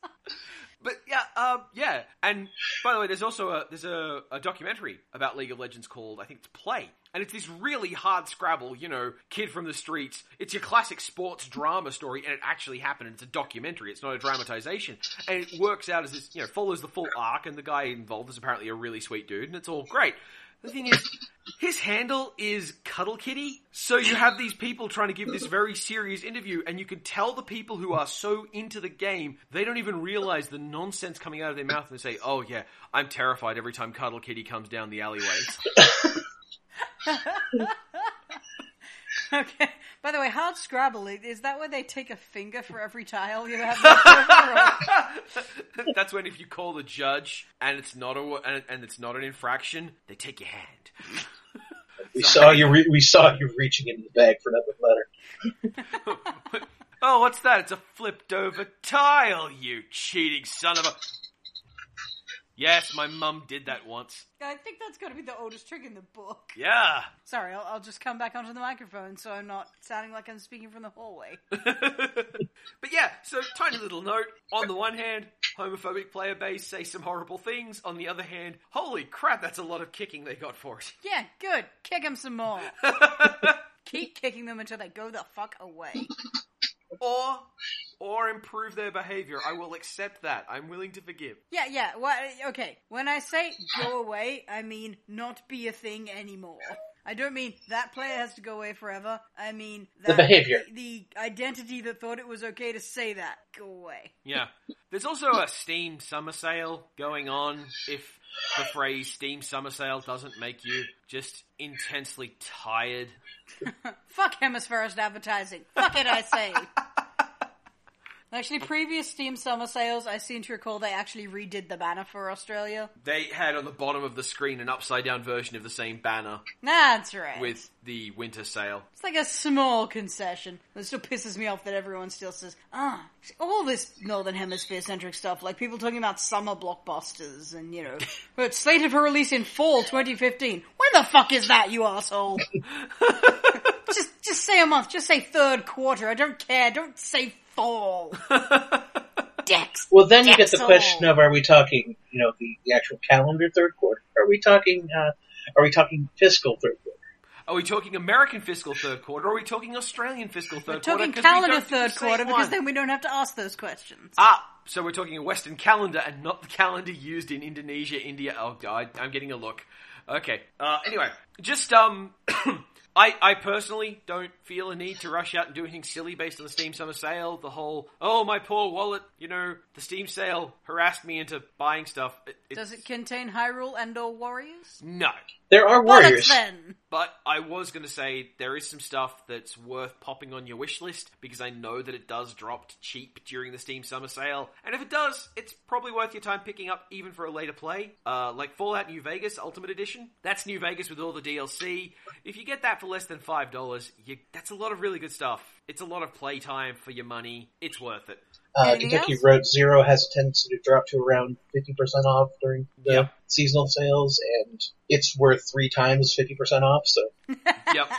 [SPEAKER 1] But yeah, um, yeah. And by the way, there's also a there's a, a documentary about League of Legends called I think it's Play, and it's this really hard Scrabble, you know, kid from the streets. It's your classic sports drama story, and it actually happened. And it's a documentary. It's not a dramatization, and it works out as this, you know, follows the full arc. And the guy involved is apparently a really sweet dude, and it's all great. The thing is, his handle is Cuddle Kitty. So you have these people trying to give this very serious interview, and you can tell the people who are so into the game, they don't even realize the nonsense coming out of their mouth, and they say, "Oh yeah, I'm terrified every time Cuddle Kitty comes down the alleyways."
[SPEAKER 2] Okay. By the way, hard Scrabble i- is that where they take a finger for every tile you have? left over, or-
[SPEAKER 1] That's when if you call the judge and it's not a and, and it's not an infraction, they take your hand.
[SPEAKER 3] We saw you. Re- we saw you reaching into the bag for another letter.
[SPEAKER 1] Oh, what's that? It's a flipped over tile, you cheating son of a. Yes, my mum did that once.
[SPEAKER 2] I think that's got to be the oldest trick in the book.
[SPEAKER 1] Yeah.
[SPEAKER 2] Sorry, I'll, I'll just come back onto the microphone so I'm not sounding like I'm speaking from the hallway.
[SPEAKER 1] but yeah, so tiny little note. On the one hand, homophobic player base say some horrible things. On the other hand, holy crap, that's a lot of kicking they got for it.
[SPEAKER 2] Yeah, good. Kick them some more. Keep kicking them until they go the fuck away.
[SPEAKER 1] Or, or improve their behavior. I will accept that. I'm willing to forgive.
[SPEAKER 2] Yeah, yeah. What? Okay. When I say go away, I mean not be a thing anymore. I don't mean that player has to go away forever. I mean that,
[SPEAKER 3] behavior.
[SPEAKER 2] the identity that thought it was okay to say that go away.
[SPEAKER 1] Yeah. There's also a Steam summer sale going on. If the phrase Steam summer sale doesn't make you just intensely tired.
[SPEAKER 2] Fuck hemispherist advertising. Fuck it, I say. Actually, previous Steam summer sales, I seem to recall they actually redid the banner for Australia.
[SPEAKER 1] They had on the bottom of the screen an upside down version of the same banner
[SPEAKER 2] That's right.
[SPEAKER 1] with the winter sale.
[SPEAKER 2] It's like a small concession. It still pisses me off that everyone still says, ah, all this Northern Hemisphere centric stuff, like people talking about summer blockbusters and, you know, well, it's slated for release in fall 2015. When the fuck is that, you asshole? just, just say a month. Just say third quarter. I don't care. Don't say fall. Dex.
[SPEAKER 3] Well, then you get the
[SPEAKER 2] Dexel.
[SPEAKER 3] question of: Are we talking? You know, the, the actual calendar third quarter. Are we talking? Uh, are we talking fiscal third quarter?
[SPEAKER 1] Are we talking American fiscal third quarter? Or are we talking Australian fiscal 3rd quarter?
[SPEAKER 2] Talking
[SPEAKER 1] 'Cause we
[SPEAKER 2] calendar
[SPEAKER 1] don't do the
[SPEAKER 2] third
[SPEAKER 1] same
[SPEAKER 2] quarter because
[SPEAKER 1] one.
[SPEAKER 2] then we don't have to ask those questions.
[SPEAKER 1] ah, so we're talking a Western calendar and not the calendar used in Indonesia, India. Oh god, I'm getting a look. Okay. Uh, anyway, just um, I I personally don't feel a need to rush out and do anything silly based on the Steam Summer Sale. The whole oh my poor wallet, you know, the Steam Sale harassed me into buying stuff. It, it-
[SPEAKER 2] Does it contain Hyrule and or warriors?
[SPEAKER 1] no.
[SPEAKER 3] There are
[SPEAKER 2] Bullets
[SPEAKER 3] warriors.
[SPEAKER 2] then.
[SPEAKER 1] But I was going to say there is some stuff that's worth popping on your wish list because I know that it does drop cheap during the Steam Summer Sale, and if it does, it's probably worth your time picking up even for a later play. Uh, like Fallout New Vegas Ultimate Edition, that's New Vegas with all the DLC. If you get that for less than five dollars, you that's a lot of really good stuff. It's a lot of playtime for your money. It's worth it.
[SPEAKER 3] Uh,
[SPEAKER 2] Anything
[SPEAKER 3] Kentucky
[SPEAKER 2] else?
[SPEAKER 3] Road Zero has a tendency to drop to around 50% off during the
[SPEAKER 1] Yeah.
[SPEAKER 3] seasonal sales, and it's worth three times 50% off, so
[SPEAKER 1] yep.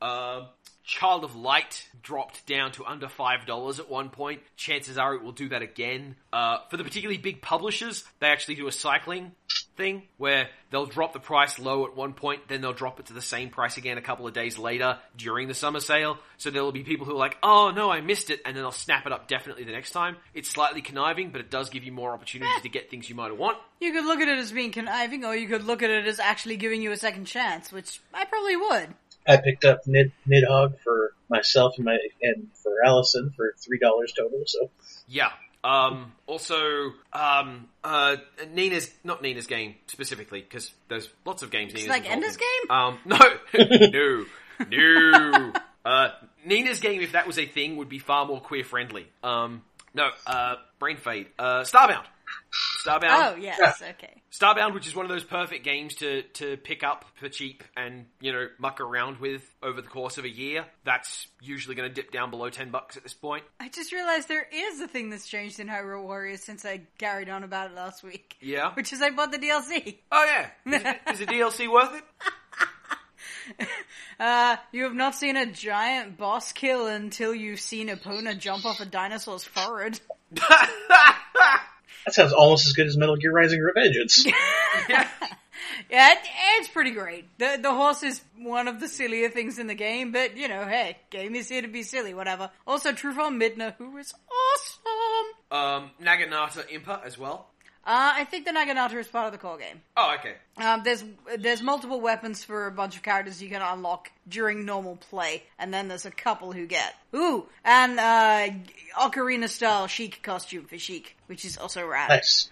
[SPEAKER 1] Um, Child of Light dropped down to under five dollars at one point. Chances are it will do that again. Uh, for the particularly big publishers, they actually do a cycling thing where they'll drop the price low at one point, then they'll drop it to the same price again a couple of days later during the summer sale. So there'll be people who are like, oh no, I missed it, and then they'll snap it up definitely the next time. It's slightly conniving, but it does give you more opportunities to get things you might want.
[SPEAKER 2] You could look at it as being conniving, or you could look at it as actually giving you a second chance, which I probably would.
[SPEAKER 3] I picked up Nid, Nidhogg for myself and my and for Allison for three dollars total. So
[SPEAKER 1] Yeah. Um, also, um, uh, Nina's not Nina's game specifically because there's lots of games. It's Nina's
[SPEAKER 2] like Ender's
[SPEAKER 1] involved in.
[SPEAKER 2] Game?
[SPEAKER 1] Um, no, no, no. Uh, Nina's game, if that was a thing, would be far more queer friendly. Um, no, uh, brain fade. Uh, Starbound. Starbound.
[SPEAKER 2] Oh, yes, okay.
[SPEAKER 1] Starbound, which is one of those perfect games to, to pick up for cheap and, you know, muck around with over the course of a year. That's usually going to dip down below 10 bucks at this point.
[SPEAKER 2] I just realized there is a thing that's changed in Hyrule Warriors since I carried on about it last week.
[SPEAKER 1] Yeah.
[SPEAKER 2] Which is I bought the DLC.
[SPEAKER 1] Oh, yeah. Is, it, is the DLC worth it?
[SPEAKER 2] Uh, you have not seen a giant boss kill until you've seen Epona jump off a dinosaur's forehead.
[SPEAKER 3] that sounds almost as good as Metal Gear Rising: Revengeance.
[SPEAKER 2] Yeah, it, it's pretty great. The the horse is one of the sillier things in the game, but you know, hey, game is here to be silly, whatever. Also, true for Midna, who is awesome.
[SPEAKER 1] Um, Naginata Impa as well.
[SPEAKER 2] Uh, I think the Naginata is part of the core game.
[SPEAKER 1] Oh, okay.
[SPEAKER 2] Um, there's there's multiple weapons for a bunch of characters you can unlock during normal play, and then there's a couple who get ooh and uh, Ocarina style chic costume for chic, which is also rad.
[SPEAKER 3] nice.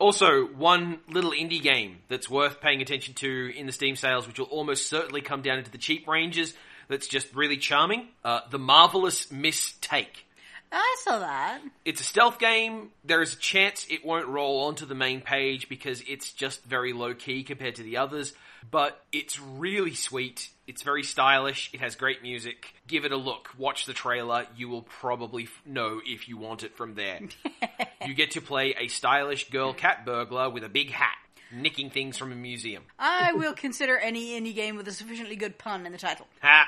[SPEAKER 1] Also, one little indie game that's worth paying attention to in the Steam sales, which will almost certainly come down into the cheap ranges, that's just really charming. Uh, the Marvelous Mistake.
[SPEAKER 2] I saw that.
[SPEAKER 1] It's a stealth game. There is a chance it won't roll onto the main page because it's just very low key compared to the others, but it's really sweet. It's very stylish. It has great music. Give it a look. Watch the trailer. You will probably f- know if you want it from there. you get to play a stylish girl cat burglar with a big hat, nicking things from a museum.
[SPEAKER 2] I will consider any indie game with a sufficiently good pun in the title.
[SPEAKER 1] Ha.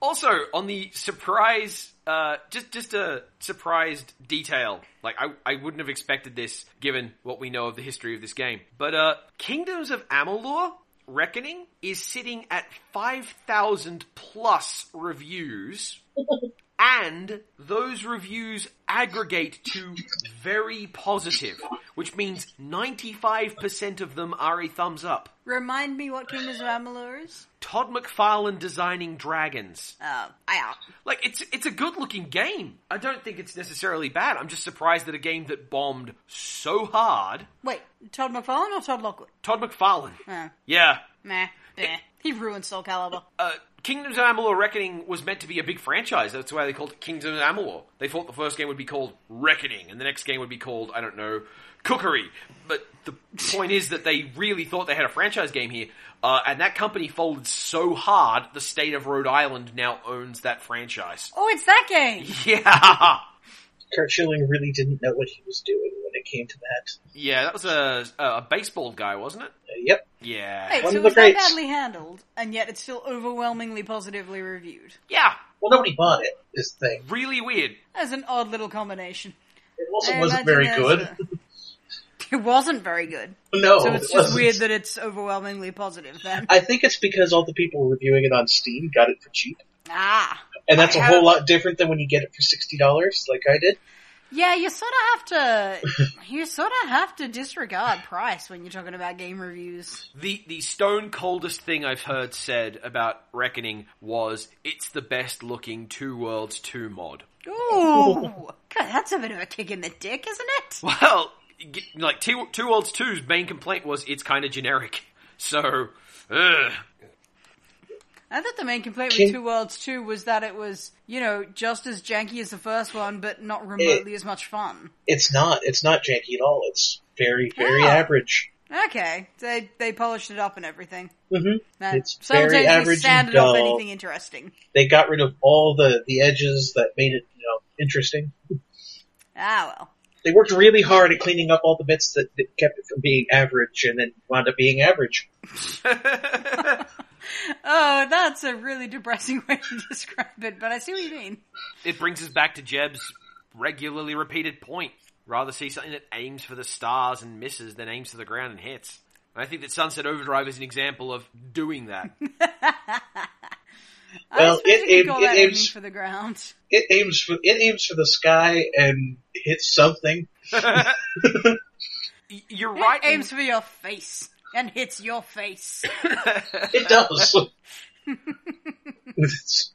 [SPEAKER 1] Also, on the surprise, uh, just just a surprised detail. Like I, I wouldn't have expected this given what we know of the history of this game. But uh, Kingdoms of Amalur Reckoning is sitting at five thousand plus reviews. And those reviews aggregate to very positive, which means 95% of them are a thumbs up.
[SPEAKER 2] Remind me what Kingdoms of Amalur is?
[SPEAKER 1] Todd McFarlane designing dragons.
[SPEAKER 2] Oh, I out.
[SPEAKER 1] Like it's it's a good looking game. I don't think it's necessarily bad. I'm just surprised that a game that bombed so hard.
[SPEAKER 2] Wait, Todd McFarlane or Todd Lockwood?
[SPEAKER 1] Todd McFarlane.
[SPEAKER 2] Huh.
[SPEAKER 1] Yeah.
[SPEAKER 2] Nah, meh. He ruined Soul Calibur.
[SPEAKER 1] Uh, Kingdoms of Amalur Reckoning was meant to be a big franchise. That's why they called it Kingdoms of Amalur. They thought the first game would be called Reckoning, and the next game would be called I don't know Cookery. But the point is that they really thought they had a franchise game here, uh, and that company folded so hard. The state of Rhode Island now owns that franchise.
[SPEAKER 2] Oh, it's that game!
[SPEAKER 1] Yeah.
[SPEAKER 3] Kurt Schilling really didn't know what he was doing when it came to that.
[SPEAKER 1] Yeah, that was a a baseball guy, wasn't it?
[SPEAKER 3] Uh, yep.
[SPEAKER 1] Yeah.
[SPEAKER 2] Wait,
[SPEAKER 3] One
[SPEAKER 2] so it
[SPEAKER 3] of the
[SPEAKER 2] was that
[SPEAKER 3] greats.
[SPEAKER 2] badly handled, and yet it's still overwhelmingly positively reviewed.
[SPEAKER 1] Yeah.
[SPEAKER 3] Well, nobody bought it. This thing.
[SPEAKER 1] Really weird.
[SPEAKER 2] That's an odd little combination.
[SPEAKER 3] Oh, It also
[SPEAKER 2] I
[SPEAKER 3] wasn't
[SPEAKER 2] imagine
[SPEAKER 3] very
[SPEAKER 2] there's
[SPEAKER 3] good.
[SPEAKER 2] a- It wasn't very good.
[SPEAKER 3] no,
[SPEAKER 2] So
[SPEAKER 3] it
[SPEAKER 2] it's just
[SPEAKER 3] wasn't.
[SPEAKER 2] weird that it's overwhelmingly positive then.
[SPEAKER 3] I think it's because all the people reviewing it on Steam got it for cheap,
[SPEAKER 2] Ah.
[SPEAKER 3] and that's
[SPEAKER 2] I
[SPEAKER 3] a
[SPEAKER 2] have-
[SPEAKER 3] whole lot different than when you get it for sixty dollars, like I did.
[SPEAKER 2] Yeah, you sort of have to, you sort of have to disregard price when you're talking about game reviews.
[SPEAKER 1] The the stone coldest thing I've heard said about Reckoning was it's the best looking Two Worlds 2 mod.
[SPEAKER 2] Ooh! God, that's a bit of a kick in the dick, isn't it?
[SPEAKER 1] Well, g- like Two, Two Worlds 2's main complaint was it's kind of generic. So, ugh.
[SPEAKER 2] I thought the main complaint with
[SPEAKER 3] King-
[SPEAKER 2] Two Worlds 2 was that it was, you know, just as janky as the first one, but not remotely as much fun.
[SPEAKER 3] It's not. It's not janky at all. It's very, very
[SPEAKER 2] Yeah.
[SPEAKER 3] average.
[SPEAKER 2] Okay. They, they polished it up and everything.
[SPEAKER 3] hmm
[SPEAKER 2] That
[SPEAKER 3] It's very
[SPEAKER 2] simultaneously
[SPEAKER 3] average and
[SPEAKER 2] sounded off
[SPEAKER 3] dull.
[SPEAKER 2] anything interesting.
[SPEAKER 3] They got rid of all the the edges that made it, you know, interesting.
[SPEAKER 2] Ah, well.
[SPEAKER 3] They worked really hard at cleaning up all the bits that, that kept it from being average, and then wound up being average.
[SPEAKER 2] Oh, that's a really depressing way to describe it, but I see what you mean.
[SPEAKER 1] it brings us back to Jeb's regularly repeated point. Rather see something that aims for the stars and misses than aims for the ground and hits. And I think that Sunset Overdrive is an example of doing that.
[SPEAKER 3] Well,
[SPEAKER 2] I suppose
[SPEAKER 3] it-
[SPEAKER 2] you
[SPEAKER 3] it-
[SPEAKER 2] could call
[SPEAKER 3] it
[SPEAKER 2] that
[SPEAKER 3] aims-
[SPEAKER 2] aiming for the ground.
[SPEAKER 3] It aims for it aims for the sky and hits something.
[SPEAKER 1] Y- You're
[SPEAKER 2] It
[SPEAKER 1] right. in-
[SPEAKER 2] aims for your face and hits your face,
[SPEAKER 3] It does. It's-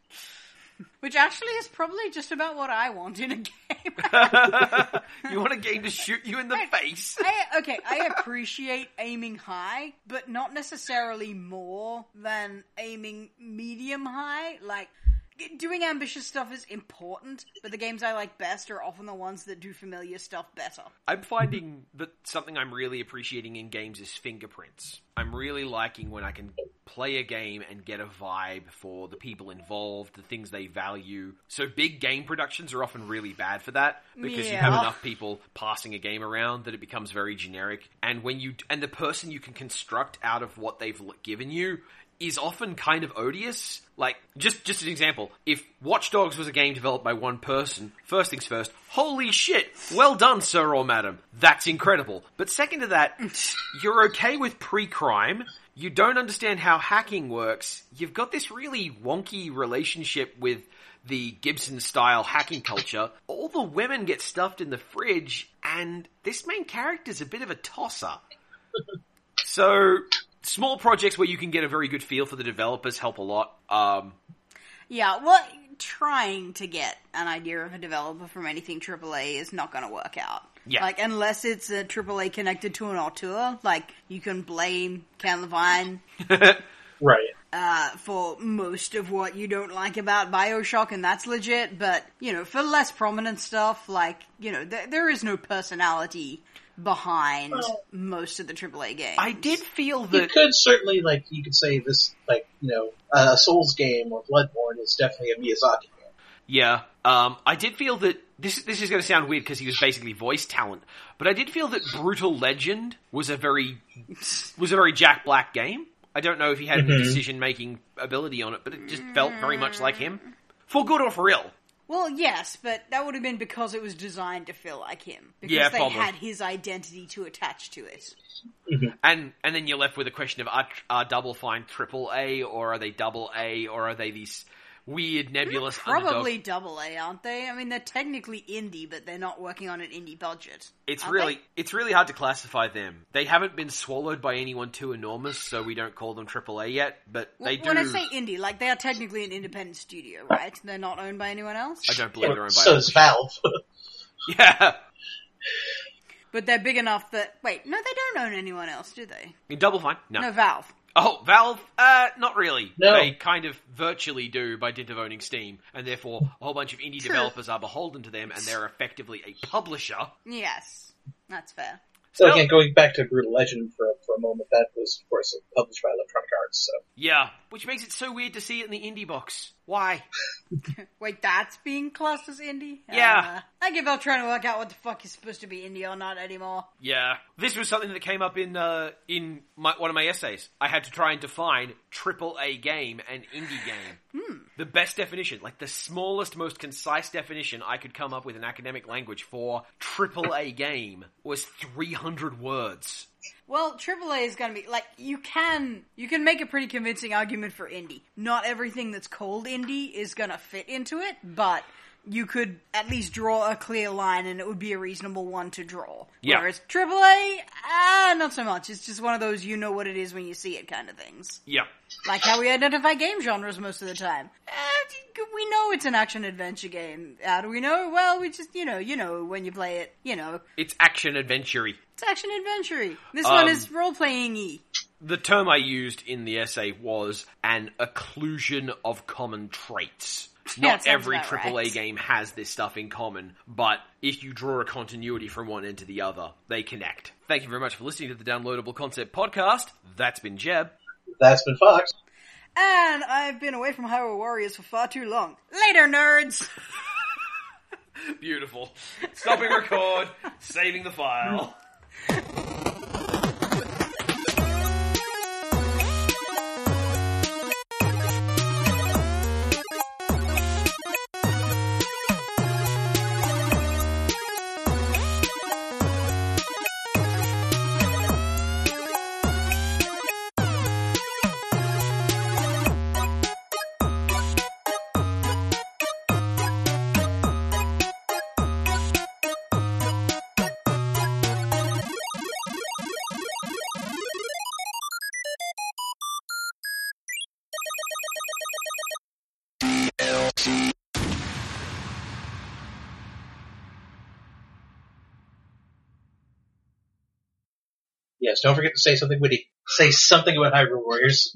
[SPEAKER 2] which actually is probably just about what I want in a game.
[SPEAKER 1] you want a game to shoot you in the face?
[SPEAKER 2] I, okay, I appreciate aiming high, but not necessarily more than aiming medium high. Like, g- doing ambitious stuff is important, but the games I like best are often the ones that do familiar stuff better.
[SPEAKER 1] I'm finding that something I'm really appreciating in games is fingerprints. I'm really liking when I can play a game and get a vibe for the people involved, the things they value. So big game productions are often really bad for that because you have
[SPEAKER 2] Yeah.
[SPEAKER 1] enough people passing a game around that it becomes very generic. And when you and the person you can construct out of what they've l- given you is often kind of odious. Like just just an example, if Watch Dogs was a game developed by one person, first things first, holy shit, well done, sir or madam, that's incredible. But second to that, you're okay with pre-crime. You don't understand how hacking works. You've got this really wonky relationship with the Gibson style hacking culture. All the women get stuffed in the fridge, and this main character's a bit of a tosser. So, small projects where you can get a very good feel for the developers help a lot. Um,
[SPEAKER 2] Yeah, well, trying to get an idea of a developer from anything AAA is not going to work out.
[SPEAKER 1] Yeah.
[SPEAKER 2] Like, unless it's a AAA connected to an auteur, like, you can blame Ken Levine
[SPEAKER 3] right.
[SPEAKER 2] uh, for most of what you don't like about Bioshock, and that's legit, but, you know, for less prominent stuff, like, you know, th- there is no personality behind most of the AAA games.
[SPEAKER 1] I did feel
[SPEAKER 3] You
[SPEAKER 1] that.
[SPEAKER 3] could certainly like you could say this like you know a Souls game or Bloodborne is definitely a Miyazaki game.
[SPEAKER 1] Yeah, um, I did feel that this this is going to sound weird because he was basically voice talent, but I did feel that Brutal Legend was a very was a very Jack Black game. I don't know if he had any decision making ability on it, but it just felt very much like him, for good or for ill.
[SPEAKER 2] Well, yes, but that would have been because it was designed to feel like him. Because
[SPEAKER 1] Yeah,
[SPEAKER 2] they
[SPEAKER 1] probably.
[SPEAKER 2] had his identity to attach to it.
[SPEAKER 1] And and then you're left with a question of are, tr- are Double Fine triple A or are they double A or are they these weird nebulous
[SPEAKER 2] Probably
[SPEAKER 1] underdog?
[SPEAKER 2] double A, aren't they? I mean, they're technically indie, but they're not working on an indie budget.
[SPEAKER 1] It's
[SPEAKER 2] aren't
[SPEAKER 1] really it's really hard to classify them. They haven't been swallowed by anyone too enormous, so we don't call them triple A yet. But
[SPEAKER 2] they?
[SPEAKER 1] they
[SPEAKER 2] W-
[SPEAKER 1] do.
[SPEAKER 2] When I say indie, like they are technically an independent studio, right? They're not owned by anyone else,
[SPEAKER 1] I don't believe they're owned by.
[SPEAKER 3] So does Valve.
[SPEAKER 1] Yeah,
[SPEAKER 2] but they're big enough that wait, no, they don't own anyone else, do they?
[SPEAKER 1] In Double Fine. No.
[SPEAKER 2] No, Valve.
[SPEAKER 1] Oh, Valve. Uh, not really.
[SPEAKER 3] No.
[SPEAKER 1] They kind of virtually do by dint of owning Steam, and therefore a whole bunch of indie
[SPEAKER 2] True.
[SPEAKER 1] developers are beholden to them, and they're effectively a publisher.
[SPEAKER 2] Yes, that's fair.
[SPEAKER 3] So
[SPEAKER 1] No.
[SPEAKER 3] again, going back to Brutal Legend for for a moment, that was of course published by Electronic Arts. So
[SPEAKER 1] Yeah, which makes it so weird to see it in the indie box. Why?
[SPEAKER 2] Wait, that's being classed as indie?
[SPEAKER 1] Yeah.
[SPEAKER 2] Uh, I give up trying to work out what the fuck is supposed to be indie or not anymore.
[SPEAKER 1] Yeah, this was something that came up in uh, in my, one of my essays. I had to try and define triple A game and indie game. The best definition, like the smallest, most concise definition I could come up with in academic language for triple A game, was three hundred words.
[SPEAKER 2] Well, AAA is going to be like you can you can make a pretty convincing argument for indie. Not everything that's called indie is going to fit into it, but you could at least draw a clear line, and it would be a reasonable one to draw.
[SPEAKER 1] Yeah.
[SPEAKER 2] Whereas AAA, ah, not so much. It's just one of those you know what it is when you see it kind of things.
[SPEAKER 1] Yeah,
[SPEAKER 2] Like how we identify game genres most of the time. Eh, we know it's an action adventure game. How do we know? Well, we just you know you know when you play it. You know
[SPEAKER 1] it's action adventure.
[SPEAKER 2] it's action adventure. This
[SPEAKER 1] Um,
[SPEAKER 2] one is role playing y.
[SPEAKER 1] The term I used in the essay was an occlusion of common traits.
[SPEAKER 2] Yeah,
[SPEAKER 1] Not
[SPEAKER 2] sounds
[SPEAKER 1] every
[SPEAKER 2] about
[SPEAKER 1] AAA
[SPEAKER 2] right.
[SPEAKER 1] game has this stuff in common, but if you draw a continuity from one end to the other, they connect. Thank you very much for listening to the Downloadable Concept Podcast. That's been Jeb.
[SPEAKER 3] that's been Fox.
[SPEAKER 2] And I've been away from Hyrule Warriors for far too long. Later, nerds!
[SPEAKER 1] Beautiful. Stopping record, saving the file.
[SPEAKER 6] Thank you.
[SPEAKER 3] Yes, don't forget to say something witty. Say something about Hyrule Warriors.